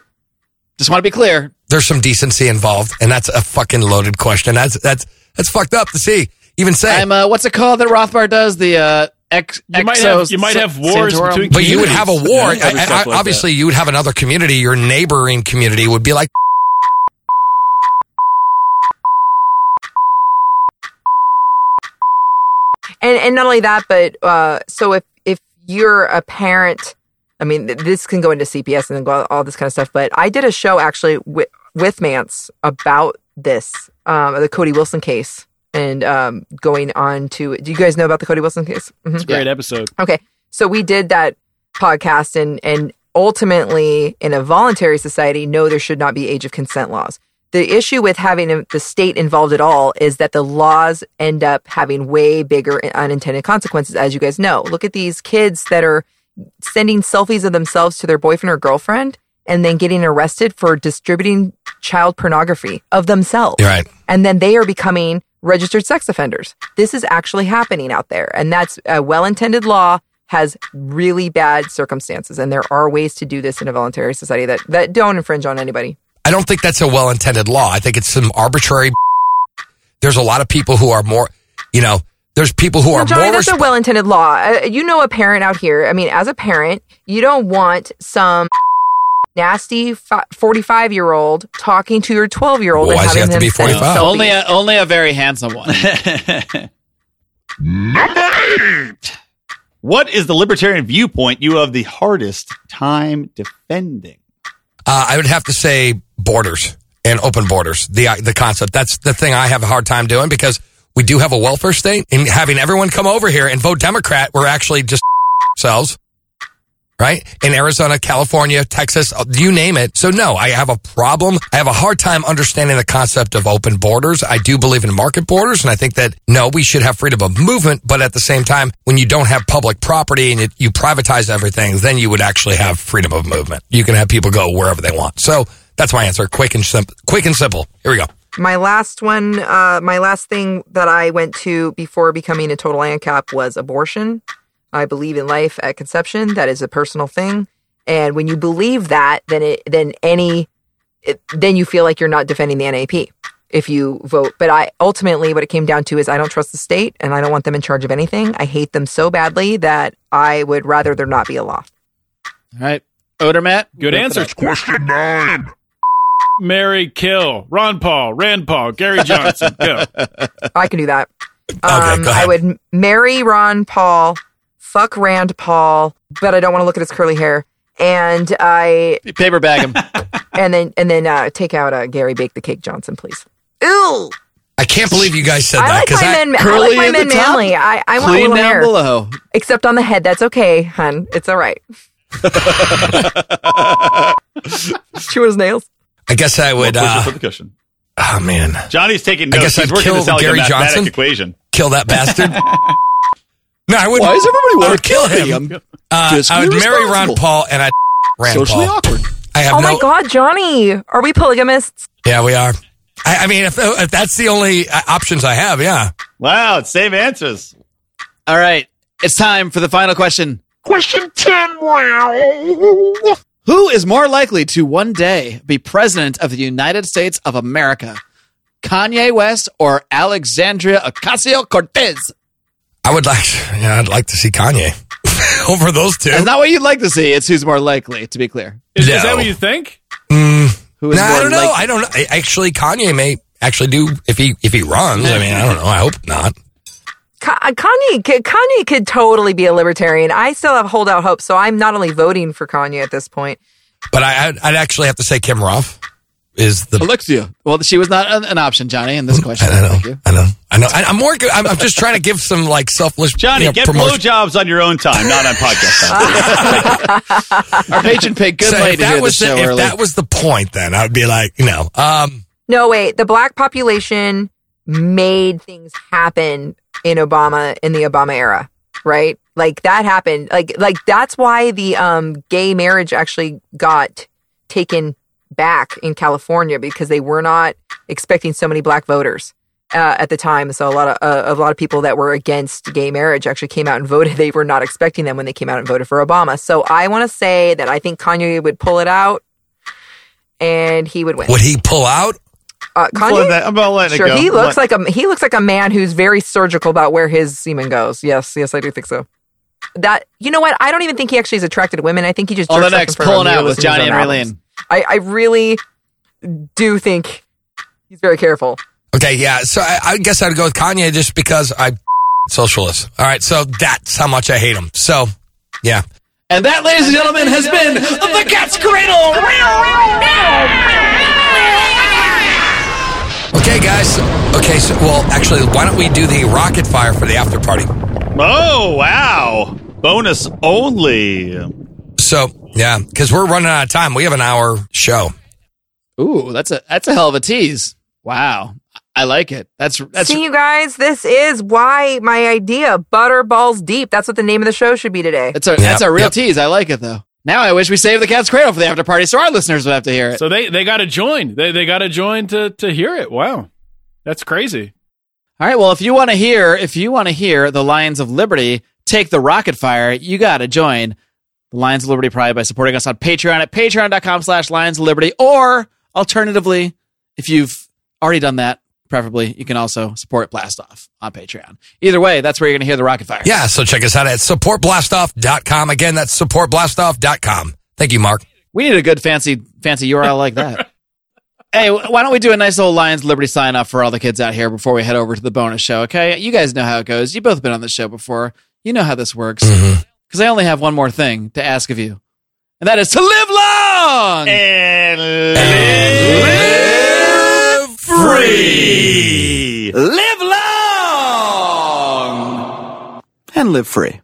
S2: Just want to be clear.
S1: there's some decency involved, and that's a fucking loaded question. That's that's that's fucked up to see. Even say,
S2: I'm, uh, what's it called that Rothbard does? The, uh, ex,
S6: You might
S2: exo-
S6: have- you might have wars
S2: Santorum?
S6: between-
S1: but you would
S6: communities.
S1: have a war.
S6: Yeah,
S1: I- I-
S6: stuff like
S1: obviously, you would have another community. Your neighboring community would be like,
S3: and and not only that, but uh, so if if you're a parent, I mean, th- this can go into CPS and then go all, all this kind of stuff. But I did a show actually with with Mance about this, um, the Cody Wilson case, and um, going on to. Do you guys know about the Cody Wilson case? Mhm.
S6: Great episode.
S3: Okay. So we did that podcast and and ultimately in a voluntary society, no, there should not be age of consent laws. The issue with having the state involved at all is that the laws end up having way bigger unintended consequences, as you guys know. Look at these kids that are sending selfies of themselves to their boyfriend or girlfriend and then getting arrested for distributing child pornography of themselves
S1: You're right.
S3: and then they are becoming registered sex offenders. This is actually happening out there, and that's a well-intended law has really bad circumstances, and there are ways to do this in a voluntary society that that don't infringe on anybody.
S1: I don't think that's a well intended law. I think it's some arbitrary. There's a lot of people who are more, you know, there's people who are
S3: Johnny,
S1: more.
S3: that's a well-intended law. Uh, you know, a parent out here. I mean, as a parent, you don't want some nasty forty-five-year-old talking to your twelve-year-old
S1: Well,
S3: and
S1: why does he
S3: having
S1: have to
S3: them
S1: be
S3: send
S1: 45?
S3: selfies.
S2: Only a, only a very handsome one.
S7: what is the libertarian viewpoint you have the hardest time defending?
S1: Uh, I would have to say borders and open borders. The uh, the concept that's the thing I have a hard time doing because we do have a welfare state and having everyone come over here and vote Democrat, we're actually just ourselves, right? In Arizona, California, Texas, uh, you name it. So no, I have a problem. I have a hard time understanding the concept of open borders. I do believe in market borders, and I think that no, we should have freedom of movement. But at the same time, when you don't have public property and you, you privatize everything, then you would actually have freedom of movement. You can have people go wherever they want. So that's my answer. Quick and simple. Quick and simple. Here we go.
S3: My last one, uh, my last thing that I went to before becoming a total ANCAP was abortion. I believe in life at conception. That is a personal thing, and when you believe that, then it then any it, then you feel like you're not defending the NAP if you vote. But I ultimately, what it came down to is I don't trust the state, and I don't want them in charge of anything. I hate them so badly that I would rather there not be a law.
S2: All right. Odor Matt.
S6: Good answer.
S4: Question nine.
S6: Mary Kill, Ron Paul, Rand Paul, Gary Johnson. Go.
S3: I can do that. Um, I
S1: go ahead.
S3: would m- marry Ron Paul, fuck Rand Paul, but I don't want to look at his curly hair. And I
S2: Paper bag him.
S3: and then and then uh, take out uh, Gary Bake the Cake Johnson, please. Ew!
S1: I can't believe you guys said
S3: I like
S1: that
S3: my
S1: I,
S3: men. I like
S2: curly
S3: my
S2: at the
S3: men
S2: top,
S3: manly. I, I want
S2: Clean
S3: little
S2: down
S3: hair,
S2: below.
S3: except on the head. That's okay, hun. It's all right. Chew his nails.
S1: I guess I would.
S7: Push it
S1: Uh,
S7: for the cushion.
S1: oh man,
S7: Johnny's taking
S1: I
S7: notes.
S1: guess I'd
S7: He's working
S1: kill
S7: this out like a
S1: Gary
S7: mathematic
S1: Johnson.
S7: equation.
S1: kill that bastard. no, I would.
S11: Why is everybody
S1: I
S11: want
S1: would
S11: to kill him?
S7: Yep.
S1: Uh, I would
S11: Fiscally
S1: marry Ron
S11: responsible.
S1: Paul and I Rand
S11: Socially
S1: Paul.
S11: awkward.
S1: I have
S3: Oh
S1: no.
S3: my god, Johnny, are we polygamists?
S1: Yeah, we are. I, I mean, if, if that's the only uh, options I have, yeah.
S7: Wow, it's same answers.
S2: All right. It's time for the final question.
S5: Question 10. Wow.
S2: Who is more likely to one day be president of the United States of America? Kanye West or Alexandria Ocasio Cortez?
S1: I would like. Yeah, I'd like to see Kanye over those two.
S2: That's not what you'd like to see. It's who's more likely, to be clear.
S6: Is, is
S1: No.
S6: that what you think?
S2: Who is
S1: No, I
S2: more
S1: don't know.
S2: likely-
S1: I don't know. I- Actually, Kanye may actually do if he if he runs. I mean, I don't know. I hope not.
S3: Ka- uh, Kanye, could- Kanye could totally be a libertarian. I still have holdout hope, so I'm not only voting for Kanye at this point.
S1: But I, I'd, I'd actually have to say Kim Roth is the.
S2: Alexia. Well, she was not an, an option, Johnny, in this question.
S1: I
S2: Thank
S1: know.
S2: you.
S1: I know. I know. I, I'm more. good- I'm, I'm just trying to give some like selfless.
S7: Johnny,
S1: you know,
S7: get
S1: promotion.
S7: blowjobs on your own time, not on podcast
S3: Uh,
S7: time.
S2: Our patron pig, good
S1: So
S2: lady,
S1: if that
S2: here
S1: was
S2: this
S1: the,
S2: show
S1: if
S2: early.
S1: that was the point, then I'd be like, you know, um,
S3: No, wait. The black population made things happen in Obama in the Obama era, right? Like that happened. Like like that's why the um gay marriage actually got taken back in California because they were not expecting so many black voters. Uh, at the time, so a lot of uh, a lot of people that were against gay marriage actually came out and voted. They were not expecting them when they came out and voted for Obama. So I want to say that I think Kanye would pull it out, and he would win.
S1: would he pull out?
S3: Uh,
S7: I'm
S3: Kanye,
S7: letting that- I'm about letting it
S3: Sure,
S7: go.
S3: he
S7: I'm
S3: looks
S7: let-
S3: like a he looks like a man who's very surgical about where his semen goes. Yes, yes, I do think so. That you know what? I don't even think he actually is attracted to women. I think he just
S2: On the
S3: jerks off in
S2: next,
S3: front of
S2: pulling
S3: a mirror
S2: out with
S3: listening to
S2: Johnny
S3: his
S2: and
S3: own
S2: Raylene.
S3: albums. I, I really do think he's very careful.
S1: Okay, yeah. So I, I guess I'd go with Kanye just because I socialist. All right, so that's how much I hate him. So yeah,
S2: And that, ladies and gentlemen, has been the Cat's Cradle.
S1: okay, guys. Okay, so well, actually, why don't we do the rocket fire for the after party?
S7: Oh, wow. Bonus only.
S1: So yeah, because we're running out of time. We have an hour show.
S2: Ooh, that's a that's a hell of a tease. Wow, I like it. That's that's
S3: See you guys. This is why my idea butter balls deep. That's what the name of the show should be today.
S2: that's a that's a real tease. I like it though. Now I wish we saved the Cat's Cradle for the after party, so our listeners would have to hear it.
S6: So they, they got to join. They, they got to join to, to hear it. Wow. That's crazy.
S2: All right. Well, if you want to hear, if you want to hear the Lions of Liberty take the rocket fire, you got to join the Lions of Liberty Pride by supporting us on Patreon at patreon.com slash Lions of Liberty. Or alternatively, if you've already done that, preferably, you can also support Blast Off on Patreon. Either way, that's where you're going to hear the rocket fire.
S1: Yeah, so check us out at supportblastoff.com. Again, that's supportblastoff.com. Thank you, Mark.
S2: We need a good fancy fancy URL like that. hey, why don't we do a nice old Lions Liberty sign off for all the kids out here before we head over to the bonus show? Okay, you guys know how it goes. You both been on the show before. You know how this works. Because I only have one more thing to ask of you, and that is to live long.
S7: And live free.
S5: Live long and live free.